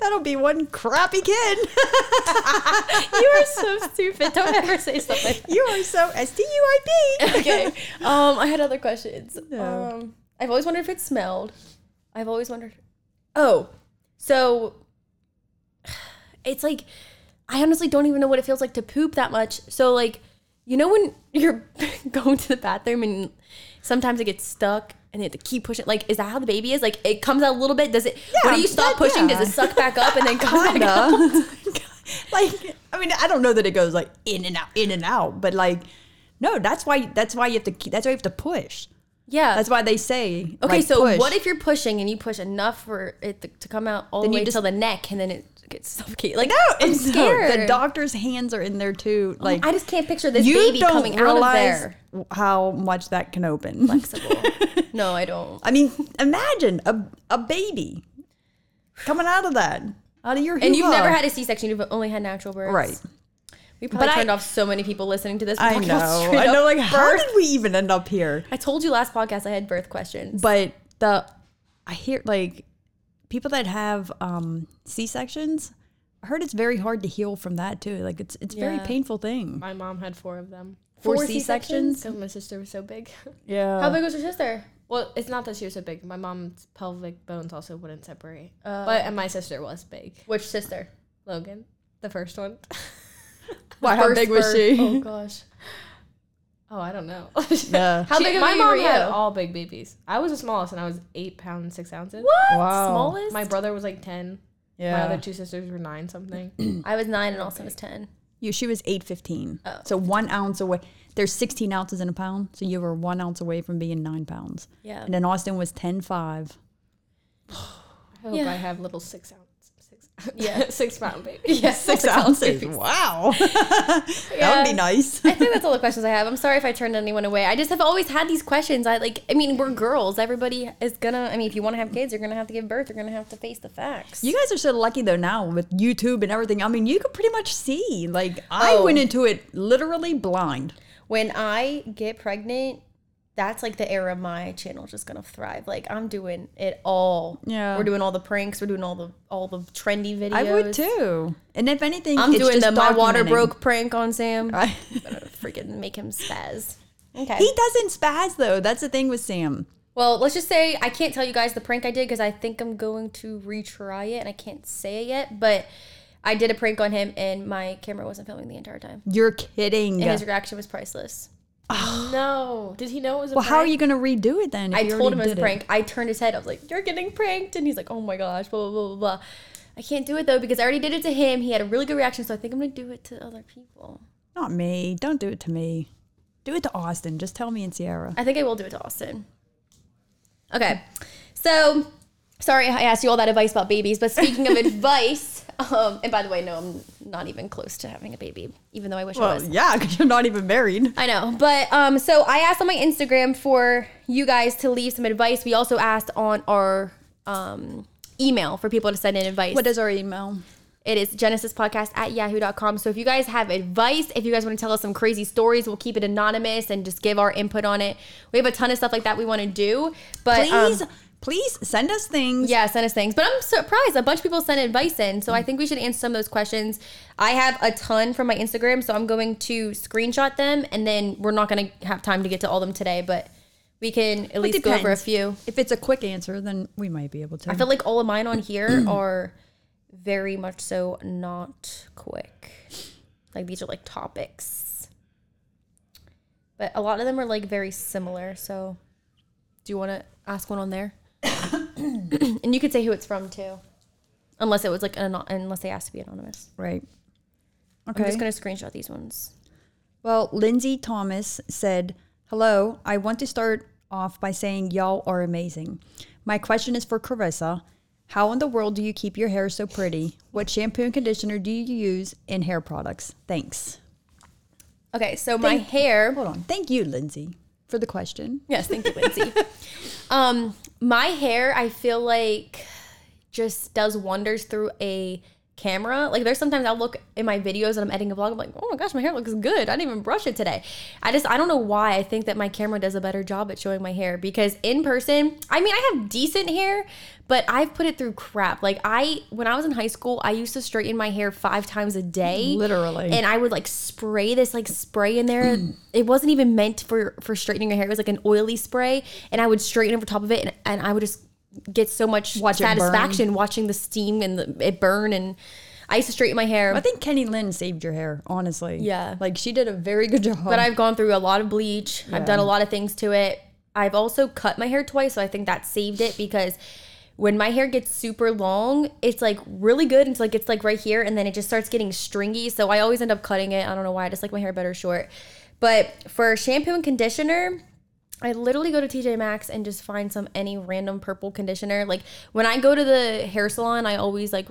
Speaker 3: That'll be one crappy kid.
Speaker 1: you are so stupid. Don't ever say stuff like that.
Speaker 3: You are so S T U I P.
Speaker 1: Okay. Um, I had other questions. Um, I've always wondered if it smelled. I've always wondered. Oh, so it's like I honestly don't even know what it feels like to poop that much. So like, you know when you're going to the bathroom and sometimes it gets stuck and you have to keep pushing. Like, is that how the baby is? Like, it comes out a little bit. Does it? what do you stop
Speaker 3: that-
Speaker 1: pushing? Does it
Speaker 3: yeah.
Speaker 1: suck back up and then come back up?
Speaker 3: Kinda. like, I mean, I don't know that it goes like in and out, in and out, but like, no, that's why. That's why you have to. keep- That's why you have to push.
Speaker 1: Yeah.
Speaker 3: That's why they say.
Speaker 1: Okay,
Speaker 3: like,
Speaker 1: so
Speaker 3: push.
Speaker 1: what if you're pushing and you push enough for it to, to come out all
Speaker 3: Then
Speaker 1: the
Speaker 3: you
Speaker 1: way
Speaker 3: just-
Speaker 1: till the neck and then it gets suffocated? Like,
Speaker 3: No,
Speaker 1: I'm
Speaker 3: it's no,
Speaker 1: scared. Oh,
Speaker 3: the doctor's hands are in there too. Like
Speaker 1: I just can't picture this
Speaker 3: you
Speaker 1: baby
Speaker 3: don't
Speaker 1: coming out of
Speaker 3: realize
Speaker 1: there.
Speaker 3: how much that can open.
Speaker 1: No, I don't.
Speaker 3: I mean, imagine a a baby coming out of that, out of your
Speaker 1: And you've
Speaker 3: hoo-ha.
Speaker 1: never had a C-section. You've only had natural births.
Speaker 3: right.
Speaker 1: We probably
Speaker 3: But I-
Speaker 1: turned off so many people listening to this. We're
Speaker 3: I
Speaker 1: talking about
Speaker 3: know.
Speaker 1: straight
Speaker 3: I
Speaker 1: up
Speaker 3: know. Like, how
Speaker 1: birth.
Speaker 3: did we even end up here?
Speaker 1: I told you last podcast I had birth questions.
Speaker 3: But the I hear like people that have um, C sections. I heard it's very hard to heal from that too. Like it's it's a very
Speaker 1: Yeah.
Speaker 3: painful thing.
Speaker 4: My mom had four of them
Speaker 1: Four C-sections?
Speaker 4: because my sister was so big.
Speaker 3: Yeah.
Speaker 1: How big was your sister?
Speaker 4: Well, it's not that she was so big. My mom's pelvic bones also wouldn't separate. but and my sister was big.
Speaker 1: Which sister?
Speaker 4: Logan, the first one.
Speaker 3: Why? How
Speaker 1: First
Speaker 3: big was
Speaker 1: birth.
Speaker 3: she?
Speaker 4: oh gosh. Oh, I don't know.
Speaker 3: Yeah.
Speaker 1: How
Speaker 4: She-
Speaker 1: big of a
Speaker 4: my
Speaker 1: baby
Speaker 4: mom
Speaker 1: were
Speaker 4: had
Speaker 1: you?
Speaker 4: all big babies. I was the smallest, and I was eight pounds six ounces.
Speaker 1: What?
Speaker 3: Wow.
Speaker 1: Smallest?
Speaker 4: My brother was like ten.
Speaker 3: Yeah.
Speaker 4: My other two sisters were nine something.
Speaker 1: I was nine and Austin was 10.
Speaker 3: You, she was eight fifteen.
Speaker 1: Oh.
Speaker 3: So one ounce away. There's sixteen ounces in a pound, so you were one ounce away from being nine pounds.
Speaker 1: Yeah.
Speaker 3: And then Austin was ten five.
Speaker 4: I hope
Speaker 1: Yeah.
Speaker 4: I have little six ounce, six,
Speaker 1: Yeah.
Speaker 4: six pound baby.
Speaker 3: Six ounces. Wow. that would be nice.
Speaker 1: I think that's all the questions I have. I'm sorry if I turned anyone away. I just have always had these questions. I like, I mean, we're girls. Everybody is gonna, I mean, if you wanna have kids, you're gonna have to give birth. You're gonna have to face the facts.
Speaker 3: You guys are so lucky though now with YouTube and everything. I mean, you could pretty much see. Like I
Speaker 1: Oh.
Speaker 3: went into it literally blind.
Speaker 1: when I get pregnant, that's like the era my channel's just gonna thrive. Like I'm doing it all.
Speaker 3: Yeah.
Speaker 1: We're doing all the pranks, we're doing all the all the trendy videos.
Speaker 3: I would too. And if anything,
Speaker 1: I'm
Speaker 3: it's
Speaker 1: doing the
Speaker 3: just
Speaker 1: my water
Speaker 3: documenting.
Speaker 1: broke prank on Sam. I'm
Speaker 3: I-
Speaker 1: gonna freaking make him spaz. Okay.
Speaker 3: he doesn't spaz though. That's the thing with Sam.
Speaker 1: Well, let's just say I can't tell you guys the prank I did because I think I'm going to retry it and I can't say it yet, but I did a prank on him and my camera wasn't filming the entire time.
Speaker 3: You're kidding.
Speaker 1: And
Speaker 3: Well,
Speaker 1: his reaction was priceless.
Speaker 4: no, did he know it was a?
Speaker 3: how are
Speaker 4: prank?
Speaker 3: you going to redo it then? if
Speaker 1: I
Speaker 3: you
Speaker 1: told
Speaker 3: already
Speaker 1: him it was a
Speaker 3: did
Speaker 1: prank. I turned his head. I was like, "You're getting pranked," and he's like, "Oh my gosh!" Blah blah blah blah. blah. I can't do it though because I already did it to him. He had a really good reaction, so I think I'm gonna do it to other people.
Speaker 3: Not me. Don't do it to me. Do it to Austin. Just tell me and Sierra.
Speaker 1: I think I will do it to Austin. Okay, so sorry I asked you all that advice about babies, but speaking of advice, um, and by the way, no, I'm not even close to having a baby, even though I wish I was.
Speaker 3: yeah, because you're not even married.
Speaker 1: I know, but um, so I asked on my Instagram for you guys to leave some advice. We also asked on our um email for people to send in advice.
Speaker 3: What is our email?
Speaker 1: It is genesispodcast at yahoo.com. So if you guys have advice, if you guys want to tell us some crazy stories, we'll keep it anonymous and just give our input on it. We have a ton of stuff like that we want to do. But um,
Speaker 3: Please, please send us things.
Speaker 1: yeah, send us things. But I'm surprised a bunch of people sent advice in. So I think we should answer some of those questions. I have a ton from my Instagram. So I'm going to screenshot them and then we're not going to have time to get to all of them today. But we can at least go over a
Speaker 3: depends.
Speaker 1: few.
Speaker 3: If it's a quick answer, then we might be able to.
Speaker 1: I feel like all of mine on here are very much so not quick. Like these are like topics. But a lot of them are like very similar. So do you want to ask one on there? and you could say who it's from too. Unless it was like an, unless they asked to be anonymous.
Speaker 3: right.
Speaker 1: I'm
Speaker 3: Okay.
Speaker 1: just going to screenshot these ones.
Speaker 3: Well, Lindsay Thomas said, Hello, I want to start off by saying y'all are amazing. My question is for Carissa. How in the world do you keep your hair so pretty? What shampoo and conditioner do you use in hair products? Thanks.
Speaker 1: Okay, so my hair
Speaker 3: Hold on. Thank you, Lindsay, for the question.
Speaker 1: Yes, thank you, Lindsay. um, my hair, I feel like just does wonders through a camera. Like there's sometimes I'll look in my videos and I'm editing a vlog, I'm like, oh my gosh, my hair looks good. I didn't even brush it today. I just I don't know why I think that my camera does a better job at showing my hair because in person, I mean I have decent hair, but I've put it through crap. Like I when I was in high school, I used to straighten my hair five times a day.
Speaker 3: Literally.
Speaker 1: And I would like spray this like spray in there. it wasn't even meant for for straightening your hair. It was like an oily spray, and I would straighten over top of it, and, and I would just get so much
Speaker 3: Watch it burn.
Speaker 1: satisfaction watching the steam and the, it burn. And I used to straighten my hair,
Speaker 3: I think Kenny Lynn saved your hair, honestly.
Speaker 1: Yeah.
Speaker 3: Like she did a very good job.
Speaker 1: but I've gone through a lot of bleach. I've done a lot of things to it. I've also cut my hair twice, so I think that saved it because when my hair gets super long, it's like really good. It's like it's like right here, and then it just starts getting stringy. So I always end up cutting it. I don't know why. I just like my hair better short. But for shampoo and conditioner, I literally go to TJ Maxx and just find some any random purple conditioner. Like when I go to the hair salon, I always like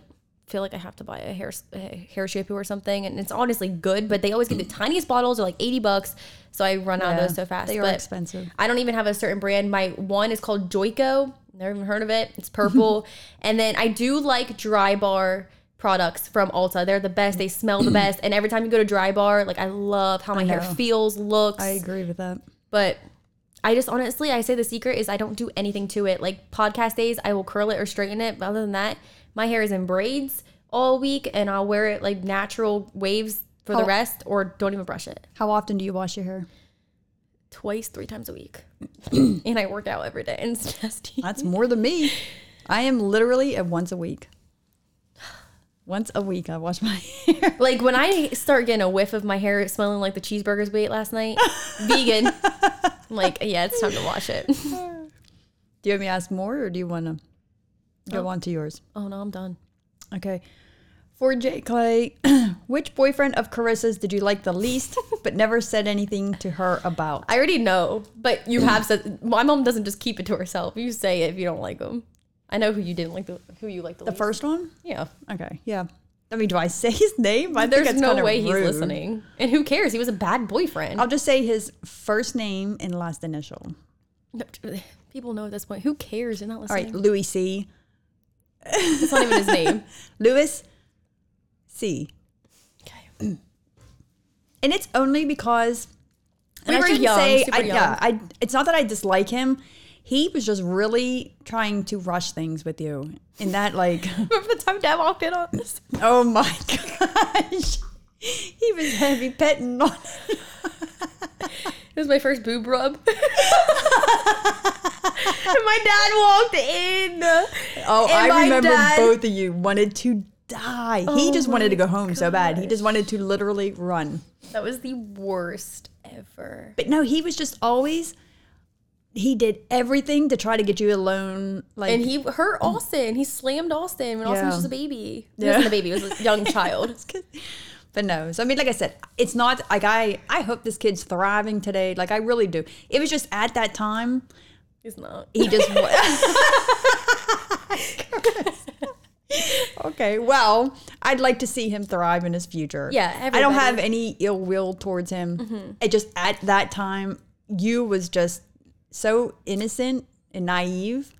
Speaker 1: feel like I have to buy a hair a hair shampoo or something, and it's honestly good, but they always get the tiniest bottles are like eighty bucks, so I run out of
Speaker 3: Yeah,
Speaker 1: those so fast.
Speaker 3: They are
Speaker 1: but
Speaker 3: expensive.
Speaker 1: I don't even have a certain brand. My one is called Joico. Never even heard of it. It's purple. and then I do like Dry Bar products from Ulta. They're the best. They smell the best. And every time you go to Dry Bar, like I love how my hair
Speaker 3: know.
Speaker 1: feels, looks.
Speaker 3: I agree with that.
Speaker 1: but I just honestly, I say the secret is I don't do anything to it. Like podcast days, I will curl it or straighten it. But other than that, my hair is in braids all week and I'll wear it like natural waves for the
Speaker 3: How-
Speaker 1: rest or don't even brush it.
Speaker 3: How often do you wash your hair?
Speaker 1: Twice, three times a week. and I work out every day and it's nasty.
Speaker 3: That's more than me. I am literally at once a week. Once a week, I wash my hair.
Speaker 1: Like when I start getting a whiff of my hair smelling like the cheeseburgers we ate last night, vegan. I'm like, yeah, it's time to wash it.
Speaker 3: Do you want me to ask more or do you want to go on to yours?
Speaker 1: oh no, I'm done.
Speaker 3: Okay. For Jay Clay, which boyfriend of Carissa's did you like the least but never said anything to her about?
Speaker 1: I already know, but you have said my mom doesn't just keep it to herself. You say it if you don't like them. I know who you didn't like the who you like the,
Speaker 3: The
Speaker 1: least.
Speaker 3: first one?
Speaker 1: Yeah,
Speaker 3: Okay. Yeah. I mean, do I say his name? I think
Speaker 1: there's
Speaker 3: it's
Speaker 1: no
Speaker 3: kinda
Speaker 1: way he's
Speaker 3: rude.
Speaker 1: listening, and who cares? He was a bad boyfriend.
Speaker 3: I'll just say his first name and last initial.
Speaker 1: People know at this point. Who cares? You're not
Speaker 3: All
Speaker 1: listening.
Speaker 3: right, Louis C.
Speaker 1: That's not even his name.
Speaker 3: Louis C.
Speaker 1: Okay.
Speaker 3: And it's only because and
Speaker 1: We were
Speaker 3: shouldn't
Speaker 1: young,
Speaker 3: say
Speaker 1: super
Speaker 3: I,
Speaker 1: young.
Speaker 3: yeah, I it's not that I dislike him. He was just really trying to rush things with you. And that like
Speaker 1: Remember the time Dad walked in on us?
Speaker 3: oh my gosh. He was heavy petting on
Speaker 1: It was my first boob rub. and my dad walked in.
Speaker 3: Oh,
Speaker 1: And my
Speaker 3: I remember
Speaker 1: dad-
Speaker 3: both of you wanted to die. he just wanted to go home so bad. He just wanted to literally run.
Speaker 1: That was the worst ever.
Speaker 3: But no, he was just always he did everything to try to get you alone. Like
Speaker 1: And he hurt Austin. He slammed Austin when Austin was
Speaker 3: Yeah.
Speaker 1: just a baby. He
Speaker 3: Yeah.
Speaker 1: wasn't a baby, he was a young child.
Speaker 3: But no, so I mean, like I said, it's not like I. I hope this kid's thriving today. Like I really do. It was just at that time
Speaker 1: He's not.
Speaker 3: he just. okay, well, I'd like to see him thrive in his future.
Speaker 1: Yeah,
Speaker 3: I don't
Speaker 1: everybody. Mm-hmm.
Speaker 3: have any ill will towards him. It just at that time, you was just so innocent and naive,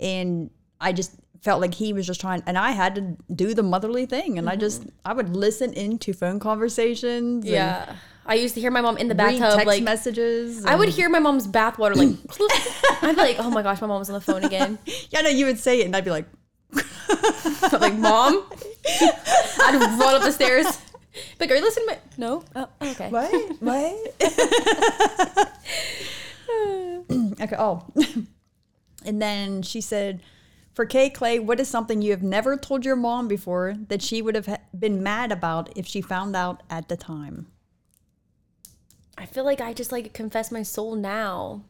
Speaker 3: and I just felt like he was just trying and I had to do the motherly thing
Speaker 1: Mm-hmm.
Speaker 3: and I just I would listen into phone conversations and
Speaker 1: Yeah. I used to hear my mom in the
Speaker 3: read
Speaker 1: bathtub
Speaker 3: text
Speaker 1: like
Speaker 3: messages.
Speaker 1: I would hear my mom's bathwater like I'd be like, oh my gosh, my mom was on the phone again.
Speaker 3: yeah, no, you would say it, and I'd be like,
Speaker 1: I'm like, mom, I'd run up the stairs. Like, are you listening? To my- no. Oh, okay.
Speaker 3: Uh, what, what? okay. Oh, and then she said, for Kay Clay, what is something you have never told your mom before that she would have ha- been mad about if she found out at the time?
Speaker 1: I feel like I just like confess my soul now.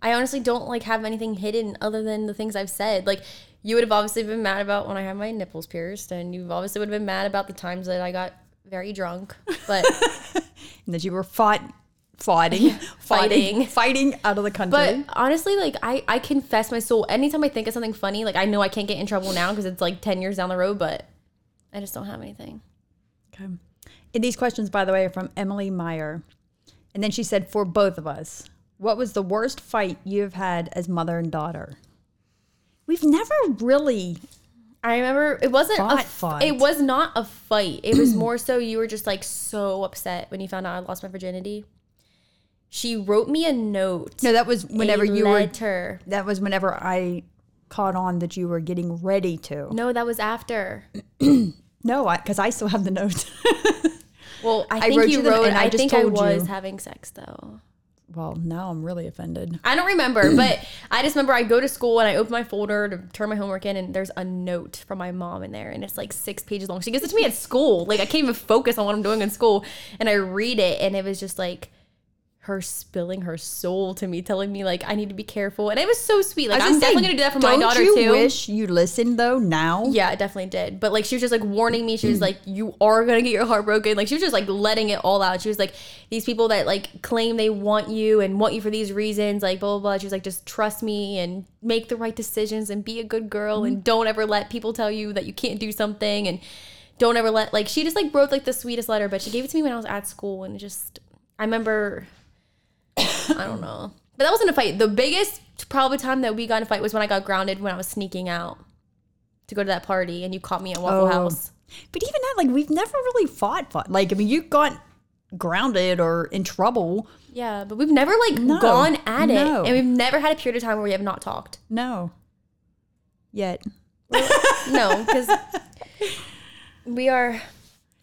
Speaker 1: I honestly don't like have anything hidden other than the things I've said. Like you would have obviously been mad about when I had my nipples pierced, and you obviously would have been mad about the times that I got very drunk. But
Speaker 3: And that you were fought, fighting,
Speaker 1: Fighting.
Speaker 3: fighting, fighting out of the country.
Speaker 1: but honestly, like I I confess my soul anytime I think of something funny. Like I know I can't get in trouble now because it's like ten years down the road, but I just don't have anything.
Speaker 3: Okay. And these questions, by the way, are from Emily Meyer. And then she said, for both of us, what was the worst fight you have had as mother and daughter? We've never really.
Speaker 1: I remember it wasn't a
Speaker 3: Fought,
Speaker 1: f-
Speaker 3: fought.
Speaker 1: it was not a fight. It was more so you were just like so upset when you found out I lost my virginity. She wrote me a note.
Speaker 3: No, that was whenever
Speaker 1: a
Speaker 3: you were.
Speaker 1: letter.
Speaker 3: That was whenever I caught on that you were getting ready to.
Speaker 1: No, that was after.
Speaker 3: No, because I, still have the notes.
Speaker 1: Well, I
Speaker 3: I
Speaker 1: think
Speaker 3: wrote
Speaker 1: you
Speaker 3: you them
Speaker 1: wrote.
Speaker 3: and
Speaker 1: I,
Speaker 3: I just
Speaker 1: think I
Speaker 3: told you.
Speaker 1: was having sex though.
Speaker 3: well, now I'm really offended.
Speaker 1: I don't remember, but I just remember I go to school and I open my folder to turn my homework in, and there's a note from my mom in there, and it's like six pages long. She gives it to me at school. Like I can't even focus on what I'm doing in school, and I read it, and it was just like her spilling her soul to me, telling me like I need to be careful, and it was so sweet. Like
Speaker 3: I
Speaker 1: I'm
Speaker 3: was
Speaker 1: definitely
Speaker 3: say,
Speaker 1: gonna do that for my
Speaker 3: don't
Speaker 1: daughter
Speaker 3: you
Speaker 1: too.
Speaker 3: Wish you listened though. Now,
Speaker 1: yeah, I definitely did. But like she was just like warning me. She was like, "You are gonna get your heart broken." Like she was just like letting it all out. She was like, "These people that like claim they want you and want you for these reasons, like blah blah." blah. She was like, "Just trust me and make the right decisions and be a good girl and don't ever let people tell you that you can't do something and don't ever let like." She just like wrote like the sweetest letter, but she gave it to me when I was at school and it just I remember I
Speaker 3: Mm.
Speaker 1: don't know. But that wasn't a fight. The biggest probably time that we got in a fight was when I got grounded when I was sneaking out to go to that party and you caught me at Waffle
Speaker 3: Oh.
Speaker 1: House.
Speaker 3: But even that, like, we've never really fought. fought. Like, I mean, you got grounded or in trouble.
Speaker 1: Yeah, but we've never like gone at it.
Speaker 3: no.
Speaker 1: And we've never had a period of time where we have not talked.
Speaker 3: No. Yet.
Speaker 1: No, because we are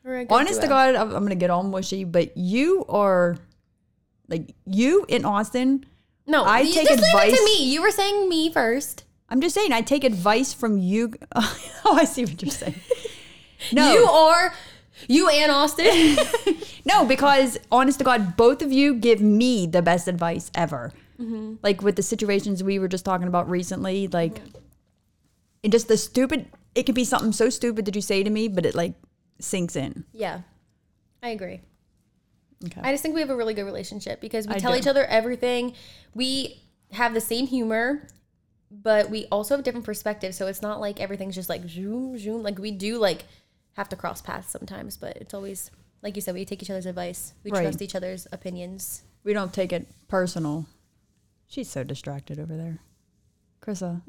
Speaker 1: we're a good
Speaker 3: Honest to
Speaker 1: duo.
Speaker 3: God, I'm, I'm going to get all mushy, but you are, like, you and Austin
Speaker 1: No,
Speaker 3: I
Speaker 1: you-
Speaker 3: take
Speaker 1: just leave
Speaker 3: advice-
Speaker 1: it to me. You were saying me first.
Speaker 3: I'm just saying, I take advice from you. Oh, I see what you're saying. No,
Speaker 1: You are you and Austin.
Speaker 3: no, because honest to God, both of you give me the best advice ever. Like with the situations we were just talking about recently, like, and just the stupid, it could be something so stupid that you say to me, but it like sinks in.
Speaker 1: yeah, I agree.
Speaker 3: Okay.
Speaker 1: I just think we have a really good relationship because we
Speaker 3: I
Speaker 1: tell
Speaker 3: do.
Speaker 1: each other everything. We have the same humor, but we also have different perspectives. So it's not like everything's just like zoom, zoom. Like we do like have to cross paths sometimes, but it's always like you said, we take each other's advice. We
Speaker 3: Right.
Speaker 1: trust each other's opinions.
Speaker 3: we don't take it personal. She's so distracted over there. Krissa.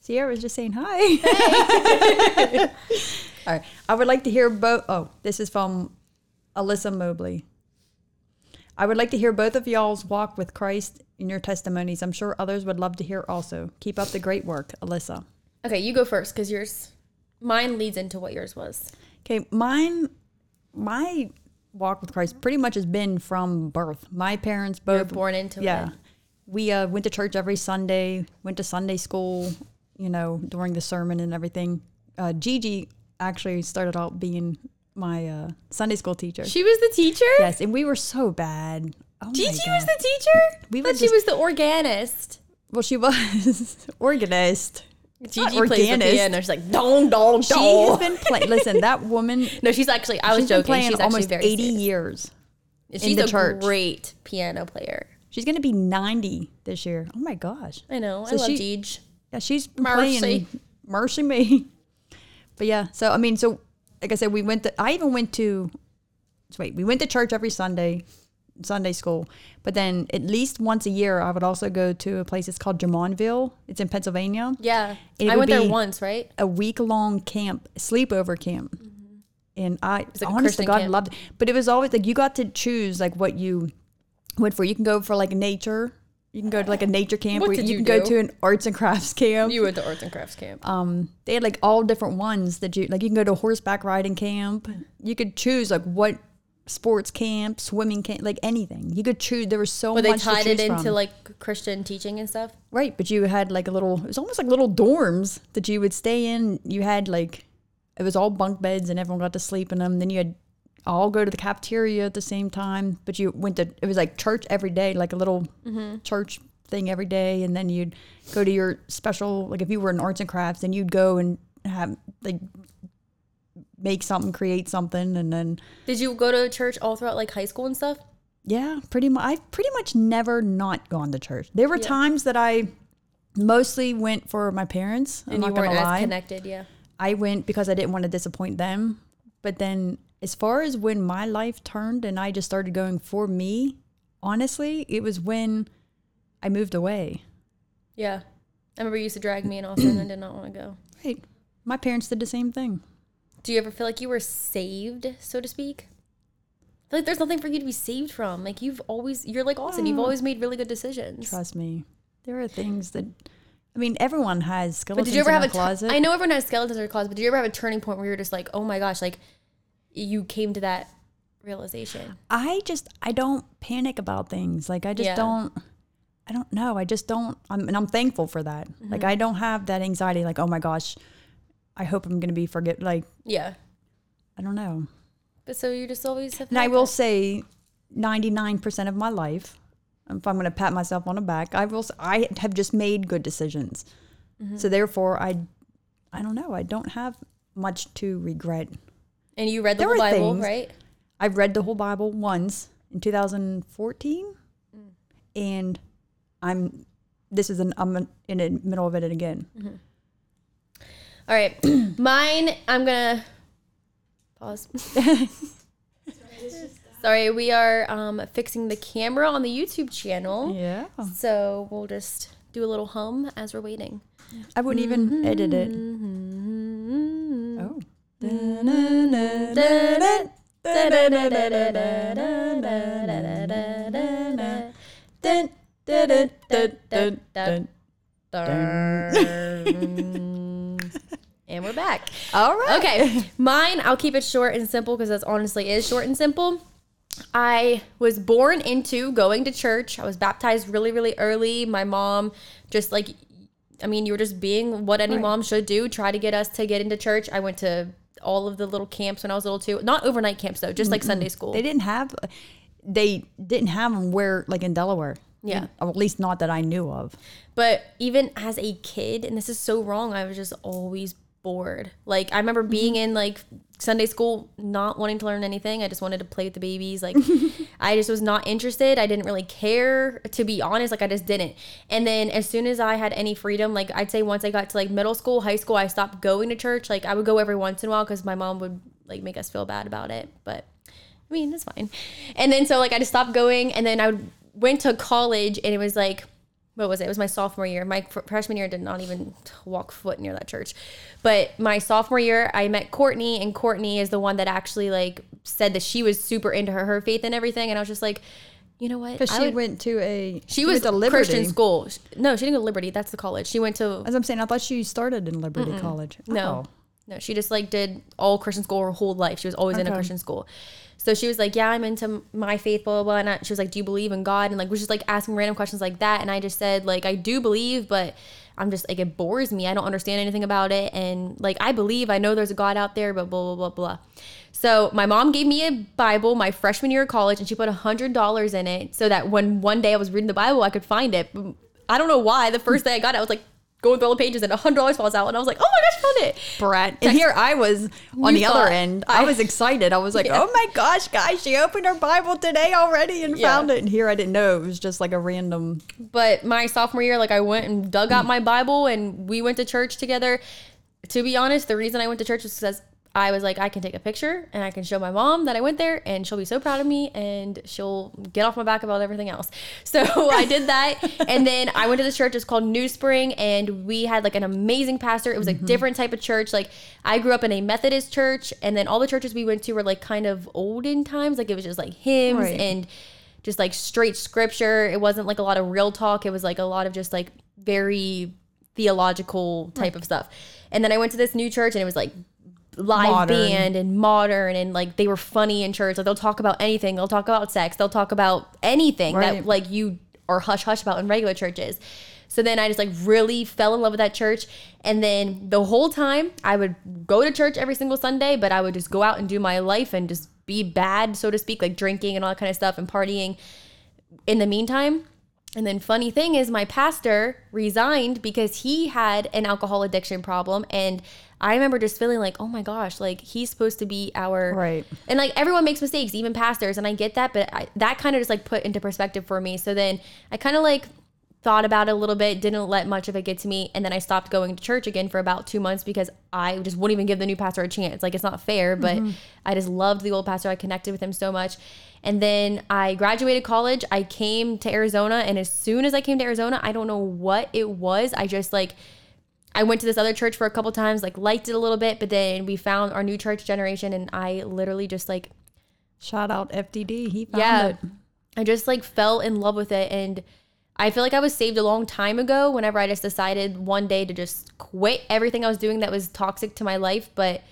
Speaker 3: Sierra was just saying hi. All right. I would like to hear both. Oh, this is from Alyssa Mobley. I would like to hear both of y'all's walk with Christ in your testimonies. I'm sure others would love to hear also. Keep up the great work, Alyssa.
Speaker 1: Okay, you go first because yours, mine leads into what yours was.
Speaker 3: Okay, mine, my walk with Christ pretty much has been from birth. My parents both
Speaker 1: born into it.
Speaker 3: yeah. We uh, went to church every Sunday. Went to Sunday school, you know, during the sermon and everything. Uh, Gigi actually started out being my uh, Sunday school teacher.
Speaker 1: She was the teacher.
Speaker 3: yes, and we were so bad. Oh my
Speaker 1: Gigi was
Speaker 3: God.
Speaker 1: the teacher. We
Speaker 3: We were
Speaker 1: thought she
Speaker 3: just-
Speaker 1: was the organist.
Speaker 3: well, she was organist.
Speaker 1: Gigi
Speaker 3: not
Speaker 1: plays the
Speaker 3: organist.
Speaker 1: piano. She's like dong dong dong.
Speaker 3: She has been playing. Listen, that woman.
Speaker 1: no, she's actually. I was
Speaker 3: She's been
Speaker 1: joking.
Speaker 3: playing
Speaker 1: she's actually
Speaker 3: almost
Speaker 1: very
Speaker 3: eighty
Speaker 1: serious.
Speaker 3: years.
Speaker 1: She's
Speaker 3: the
Speaker 1: a
Speaker 3: church.
Speaker 1: great piano player.
Speaker 3: She's going to be ninety this year. Oh my gosh.
Speaker 1: I know.
Speaker 3: So
Speaker 1: I love
Speaker 3: she-
Speaker 1: Gigi.
Speaker 3: Yeah, she's been
Speaker 1: Mercy.
Speaker 3: playing Mercy Me. But yeah, so I mean, so like I said, we went to I even went to so wait, we went to church every Sunday, Sunday school. But then at least once a year I would also go to a place it's called Drummondville. It's in Pennsylvania.
Speaker 1: Yeah,
Speaker 3: It
Speaker 1: I went
Speaker 3: would
Speaker 1: there
Speaker 3: be-
Speaker 1: once, right?
Speaker 3: A week long camp, sleepover camp. And I
Speaker 1: Mm-hmm. like a
Speaker 3: honest to
Speaker 1: Christian
Speaker 3: God
Speaker 1: camp.
Speaker 3: loved it. But it was always like you got to choose like what you went for. You can go for like nature. You can go to like a nature camp
Speaker 1: What
Speaker 3: or you,
Speaker 1: did you
Speaker 3: can go
Speaker 1: do?
Speaker 3: to an arts and crafts camp
Speaker 1: You went to arts and crafts camp.
Speaker 3: um, they had like all different ones that you like. You can go to horseback riding camp. You could choose like what sports camp, swimming camp, like anything. You could choose. There was so
Speaker 1: but they
Speaker 3: much.
Speaker 1: tied
Speaker 3: to choose
Speaker 1: it into
Speaker 3: from.
Speaker 1: like Christian teaching and stuff.
Speaker 3: right, but you had like a little. It was almost like little dorms that you would stay in. You had like it was all bunk beds and everyone got to sleep in them. Then you had all go to the cafeteria at the same time. But you went to it was like church every day, like a little church thing every day, and then you'd go to your special like if you were in arts and crafts, then you'd go and have like make something, create something, and then
Speaker 1: Did you go to church all throughout like high school and stuff?
Speaker 3: yeah, pretty much. I've pretty much never not gone to church. There were times that I mostly went for my parents. I'm
Speaker 1: And
Speaker 3: not
Speaker 1: you weren't
Speaker 3: gonna
Speaker 1: as
Speaker 3: lie.
Speaker 1: connected. Yeah.
Speaker 3: I went because I didn't want to disappoint them. But then, as far as when my life turned and I just started going for me, honestly, it was when I moved away.
Speaker 1: Yeah. I remember you used to drag me and Austin and did not want to go.
Speaker 3: Right. My parents did the same thing.
Speaker 1: Do you ever feel like you were saved, so to speak? I feel like there's nothing for you to be saved from. Like you've always, you're like Austin. You've always made really good decisions.
Speaker 3: Mm. Trust me. There are things that, I mean, everyone has
Speaker 1: but
Speaker 3: skeletons
Speaker 1: did you ever
Speaker 3: in
Speaker 1: have
Speaker 3: their
Speaker 1: a? tu-
Speaker 3: closet.
Speaker 1: I know everyone has skeletons in their closet, but did you ever have a turning point where you're just like, oh my gosh, like you came to that realization?
Speaker 3: I just I don't panic about things. Like I just
Speaker 1: Yeah.
Speaker 3: don't I don't know. I just don't I'm and I'm thankful for that.
Speaker 1: Mm-hmm.
Speaker 3: Like I don't have that anxiety like, oh my gosh, I hope I'm gonna be forget like
Speaker 1: Yeah.
Speaker 3: I don't know.
Speaker 1: But so you just always have.
Speaker 3: And I
Speaker 1: had
Speaker 3: will
Speaker 1: that-
Speaker 3: say 99% of my life, if I'm going to pat myself on the back, I will s- I have just made good decisions.
Speaker 1: Mm-hmm.
Speaker 3: So therefore I I don't know, I don't have much to regret.
Speaker 1: And you read the
Speaker 3: there
Speaker 1: whole
Speaker 3: were
Speaker 1: Bible,
Speaker 3: things-
Speaker 1: right?
Speaker 3: I've read the whole Bible once in 2014, and I'm this is an I'm in the middle of it again.
Speaker 1: Mm-hmm. All right. Mine, I'm gonna pause. Sorry, we are um, fixing the camera on the YouTube channel.
Speaker 3: Yeah,
Speaker 1: So we'll just do a little hum as we're waiting.
Speaker 3: I wouldn't
Speaker 1: Mm-hmm.
Speaker 3: even edit it. Oh,
Speaker 1: And we're back.
Speaker 3: all right.
Speaker 1: Okay, mine, I'll keep it short and simple because that's honestly is short and simple. I was born into going to church. I was baptized really, really early. My mom just like, I mean, you were just being what any mom should do, try to get us to get into church. I went to all of the little camps when I was little too. Not overnight camps though, just like Sunday school.
Speaker 3: They didn't have, they didn't have them where like in Delaware.
Speaker 1: Yeah.
Speaker 3: Or at least not that I knew of.
Speaker 1: But even as a kid, and this is so wrong, I was just always bored. Like I remember being in like Sunday school, not wanting to learn anything. I just wanted to play with the babies. Like I just was not interested. I didn't really care, to be honest. Like I just didn't. And then as soon as I had any freedom, like I'd say once I got to like middle school, high school, I stopped going to church. Like I would go every once in a while because my mom would like make us feel bad about it. But I mean, it's fine. And then so like I just stopped going, and then I would- went to college, and it was like, what was it? It was my sophomore year. My fr- freshman year I did not even walk foot near that church, but my sophomore year I met Courtney, and Courtney is the one that actually like said that she was super into her her faith and everything, and I was just like, you know what?
Speaker 3: Because
Speaker 1: I
Speaker 3: she
Speaker 1: would-
Speaker 3: went to a
Speaker 1: she was
Speaker 3: went to
Speaker 1: a Christian school. Sh- No, she didn't go to Liberty. That's the college. She went to
Speaker 3: As I'm saying, I thought she started in Liberty College.
Speaker 1: no.
Speaker 3: Oh.
Speaker 1: No, she just like did all Christian school her whole life. She was always in a
Speaker 3: Okay.
Speaker 1: Christian school. So she was like, Yeah, I'm into m- my faith, blah, blah, blah. And I, she was like, Do you believe in God? And like, was just like asking random questions like that. And I just said, like, I do believe, but I'm just like, it bores me. I don't understand anything about it. And like, I believe, I know there's a God out there, but blah, blah, blah, blah. So my mom gave me a Bible my freshman year of college and she put $100 in it so that when one day I was reading the Bible, I could find it. But I don't know why. The first day I got it, I was like, going through all the pages and $100 falls out. And I was like, oh my gosh, found it.
Speaker 3: Brett. And here I was on
Speaker 1: You
Speaker 3: the other
Speaker 1: thought-
Speaker 3: end. I, was excited. I was like, oh my gosh, guys, she opened her Bible today already and
Speaker 1: Yeah.
Speaker 3: found it. And here I didn't know. It was just like a random.
Speaker 1: but my sophomore year, like I went and dug out my Bible and we went to church together. To be honest, the reason I went to church was because I was like, I can take a picture and I can show my mom that I went there and she'll be so proud of me and she'll get off my back about everything else. So I did that. And then I went to this church, it's called New Spring, and we had like an amazing pastor. It was a different type of church. Like I grew up in a Methodist church, and then all the churches we went to were like kind of olden times. Like it was just like hymns
Speaker 3: Right.
Speaker 1: and just like straight scripture. It wasn't like a lot of real talk. It was like a lot of just like very theological type of stuff. And then I went to this new church and it was like live
Speaker 3: Modern.
Speaker 1: band and modern and like they were funny in church. Like they'll talk about anything. They'll talk about sex. They'll talk about anything that
Speaker 3: Right.
Speaker 1: like you are hush hush about in regular churches. So then I just like really fell in love with that church. And then the whole time I would go to church every single Sunday, but I would just go out and do my life and just be bad, so to speak, like drinking and all that kind of stuff and partying in the meantime. And then funny thing is my pastor resigned because he had an alcohol addiction problem and I remember just feeling like, "Oh my gosh, like he's supposed to be our
Speaker 3: Right.
Speaker 1: And like everyone makes mistakes, even pastors, and I get that, but I, that kind of just like put into perspective for me. So then I kind of like thought about it a little bit, didn't let much of it get to me, and then I stopped going to church again for about 2 months because I just wouldn't even give the new pastor a chance. Like it's not fair, but I just loved the old pastor. I connected with him so much. And then I graduated college. I came to Arizona, and as soon as I came to Arizona, I don't know what it was. I just like I went to this other church for a couple times, like liked it a little bit, but then we found our new church generation, and I literally just like
Speaker 3: Shout out FDD. He found
Speaker 1: yeah,
Speaker 3: it.
Speaker 1: I just like fell in love with it, and I feel like I was saved a long time ago. Whenever I just decided one day to just quit everything I was doing that was toxic to my life, but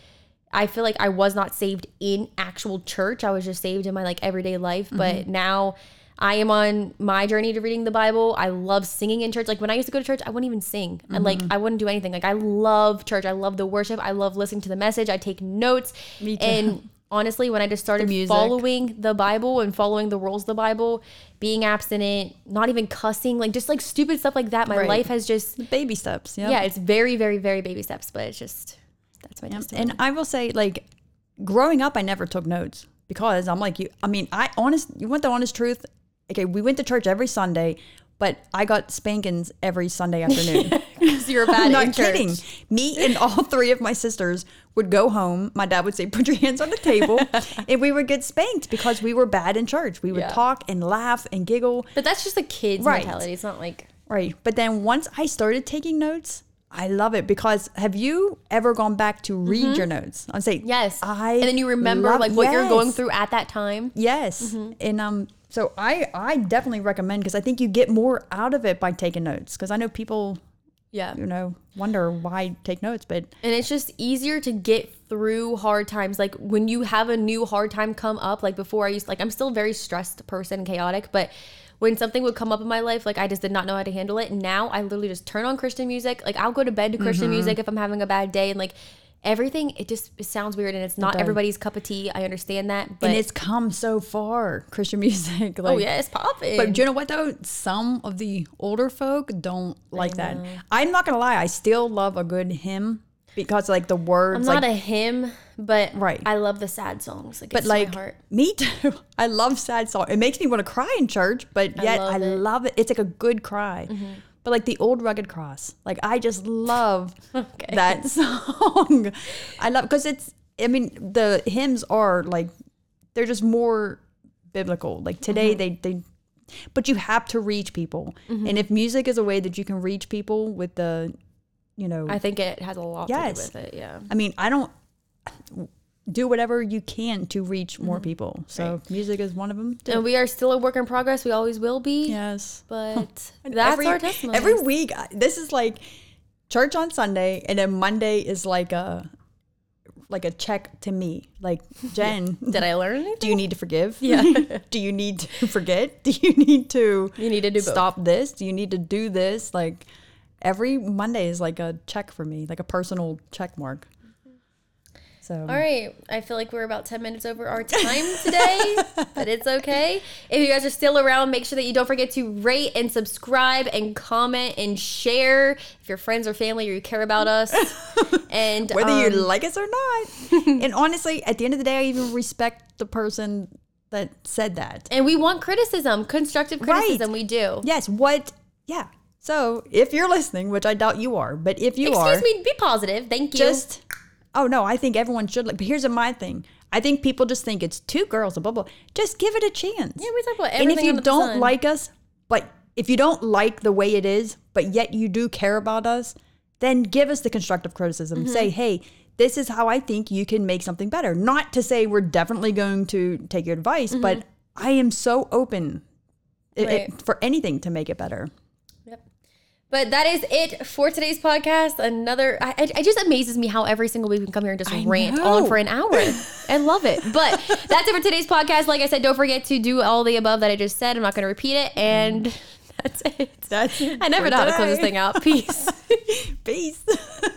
Speaker 1: I feel like I was not saved in actual church. I was just saved in my like everyday life. But
Speaker 3: Mm-hmm.
Speaker 1: now I am on my journey to reading the Bible. I love singing in church. Like when I used to go to church, I wouldn't even sing. And like
Speaker 3: Mm-hmm.
Speaker 1: I wouldn't do anything. Like I love church. I love the worship. I love listening to the message. I take notes.
Speaker 3: Me too.
Speaker 1: And honestly, when I just started
Speaker 3: music.
Speaker 1: following the Bible and following the rules of the Bible, being abstinent, not even cussing, like just like stupid stuff like that, my
Speaker 3: Right.
Speaker 1: life has just
Speaker 3: Baby steps. Yeah.
Speaker 1: yeah, it's very, very, very baby steps, but it's just that's my testimony.
Speaker 3: And I will say, like, growing up, I never took notes because I'm like you. I mean, I honest. You want the honest truth? Okay, we went to church every Sunday, but I got spankings every Sunday afternoon.
Speaker 1: you're bad
Speaker 3: I'm
Speaker 1: in
Speaker 3: not
Speaker 1: church.
Speaker 3: kidding. Me and all three of my sisters would go home. My dad would say, "Put your hands on the table," and we would get spanked because we were bad in church. We would
Speaker 1: Yeah.
Speaker 3: talk and laugh and giggle.
Speaker 1: But that's just a kid's
Speaker 3: Right.
Speaker 1: mentality. It's not like
Speaker 3: Right. But then once I started taking notes, I love it because have you ever gone back to read your notes? I say
Speaker 1: Mm-hmm. yes.
Speaker 3: I
Speaker 1: and then you remember
Speaker 3: love-
Speaker 1: like what you're going
Speaker 3: yes,
Speaker 1: through Mm-hmm. at that time.
Speaker 3: Yes, and um, so I I definitely recommend because I think you get more out of it by taking notes because I know people
Speaker 1: Yeah.
Speaker 3: you know, wonder why take notes, but
Speaker 1: And it's just easier to get through hard times. Like when you have a new hard time come up, like before I used like I'm still a very stressed person, chaotic, but when something would come up in my life, like I just did not know how to handle it. Now I literally just turn on Christian music. Like I'll go to bed to Christian
Speaker 3: Mm-hmm.
Speaker 1: music if I'm having a bad day and like everything it just it sounds weird and it's not
Speaker 3: does.
Speaker 1: everybody's cup of tea. I understand that. But
Speaker 3: and it's come so far Christian music. Like,
Speaker 1: oh yeah, it's popping.
Speaker 3: But do you know what though? Some of the older folk don't like that. I'm not gonna lie, I still love a good hymn because like the words
Speaker 1: I'm
Speaker 3: like
Speaker 1: not a hymn, but
Speaker 3: Right.
Speaker 1: I love the sad songs. Like
Speaker 3: but
Speaker 1: it's
Speaker 3: like
Speaker 1: my heart.
Speaker 3: me too. I love sad song. It makes me want to cry in church, but yet I
Speaker 1: love
Speaker 3: love,
Speaker 1: it. Mm-hmm.
Speaker 3: it. It's like a good cry. But like the old rugged cross, like I just love that song. I love because it's. I mean, the hymns are like they're just more biblical. Like today,
Speaker 1: Mm-hmm.
Speaker 3: they they. But you have to reach people, and if music is a way that you can reach people with the, you know,
Speaker 1: I think it has a lot
Speaker 3: Yes.
Speaker 1: to do with it. Yeah.
Speaker 3: I mean, I don't do whatever you can to reach more people. So music is one of them. Too.
Speaker 1: And we are still Mm-hmm. a work in progress. We always will be.
Speaker 3: yes,
Speaker 1: But that's
Speaker 3: every,
Speaker 1: our testimony.
Speaker 3: Every week, I- this is like church on Sunday, and then Monday is like a like a check to me. Like Jen,
Speaker 1: Did I learn anything?
Speaker 3: do you need to forgive? Yeah. do you need to forget? Do you need to?
Speaker 1: You need to do both.
Speaker 3: stop this. Do you need to do this? Like every Monday is like a check for me, like a personal check mark. So
Speaker 1: Mm-hmm. All right. I feel like we're about 10 minutes over our time today, but it's okay. If you guys are still around, make sure that you don't forget to rate and subscribe and comment and share if your friends or family or you care about us. And
Speaker 3: whether you
Speaker 1: um,
Speaker 3: like us or not. and honestly, at the end of the day, I even respect the person that said that.
Speaker 1: and we want criticism, constructive criticism. We do.
Speaker 3: Yes, what? Yeah. So if you're listening, which I doubt you are, but if you
Speaker 1: Excuse
Speaker 3: are,
Speaker 1: me, be positive. Thank you.
Speaker 3: just oh no, I think everyone should. Like, but here's my thing. I think people just think it's two girls and blah blah. Just give it a chance.
Speaker 1: yeah, we talk about
Speaker 3: and
Speaker 1: everything.
Speaker 3: if you
Speaker 1: under the
Speaker 3: don't
Speaker 1: sun.
Speaker 3: like us, but if you don't like the way it is, but yet you do care about us, then give us the constructive criticism.
Speaker 1: Mm-hmm.
Speaker 3: Say, hey, this is how I think you can make something better. Not to say we're definitely going to take your advice,
Speaker 1: Mm-hmm.
Speaker 3: but I am so open i- i-
Speaker 1: Right.
Speaker 3: for anything to make it better.
Speaker 1: Yep. But that is it for today's podcast. Another, I, I- it just amazes me how every single week we can come here and just rant
Speaker 3: know.
Speaker 1: on for an hour. I love it. But that's it for today's podcast. Like I said, don't forget to do all the above that I just said. I'm not going to repeat it. And that's it.
Speaker 3: Mm. That's it
Speaker 1: I never
Speaker 3: for
Speaker 1: know how to close this
Speaker 3: today.
Speaker 1: thing out. Peace.
Speaker 3: Peace.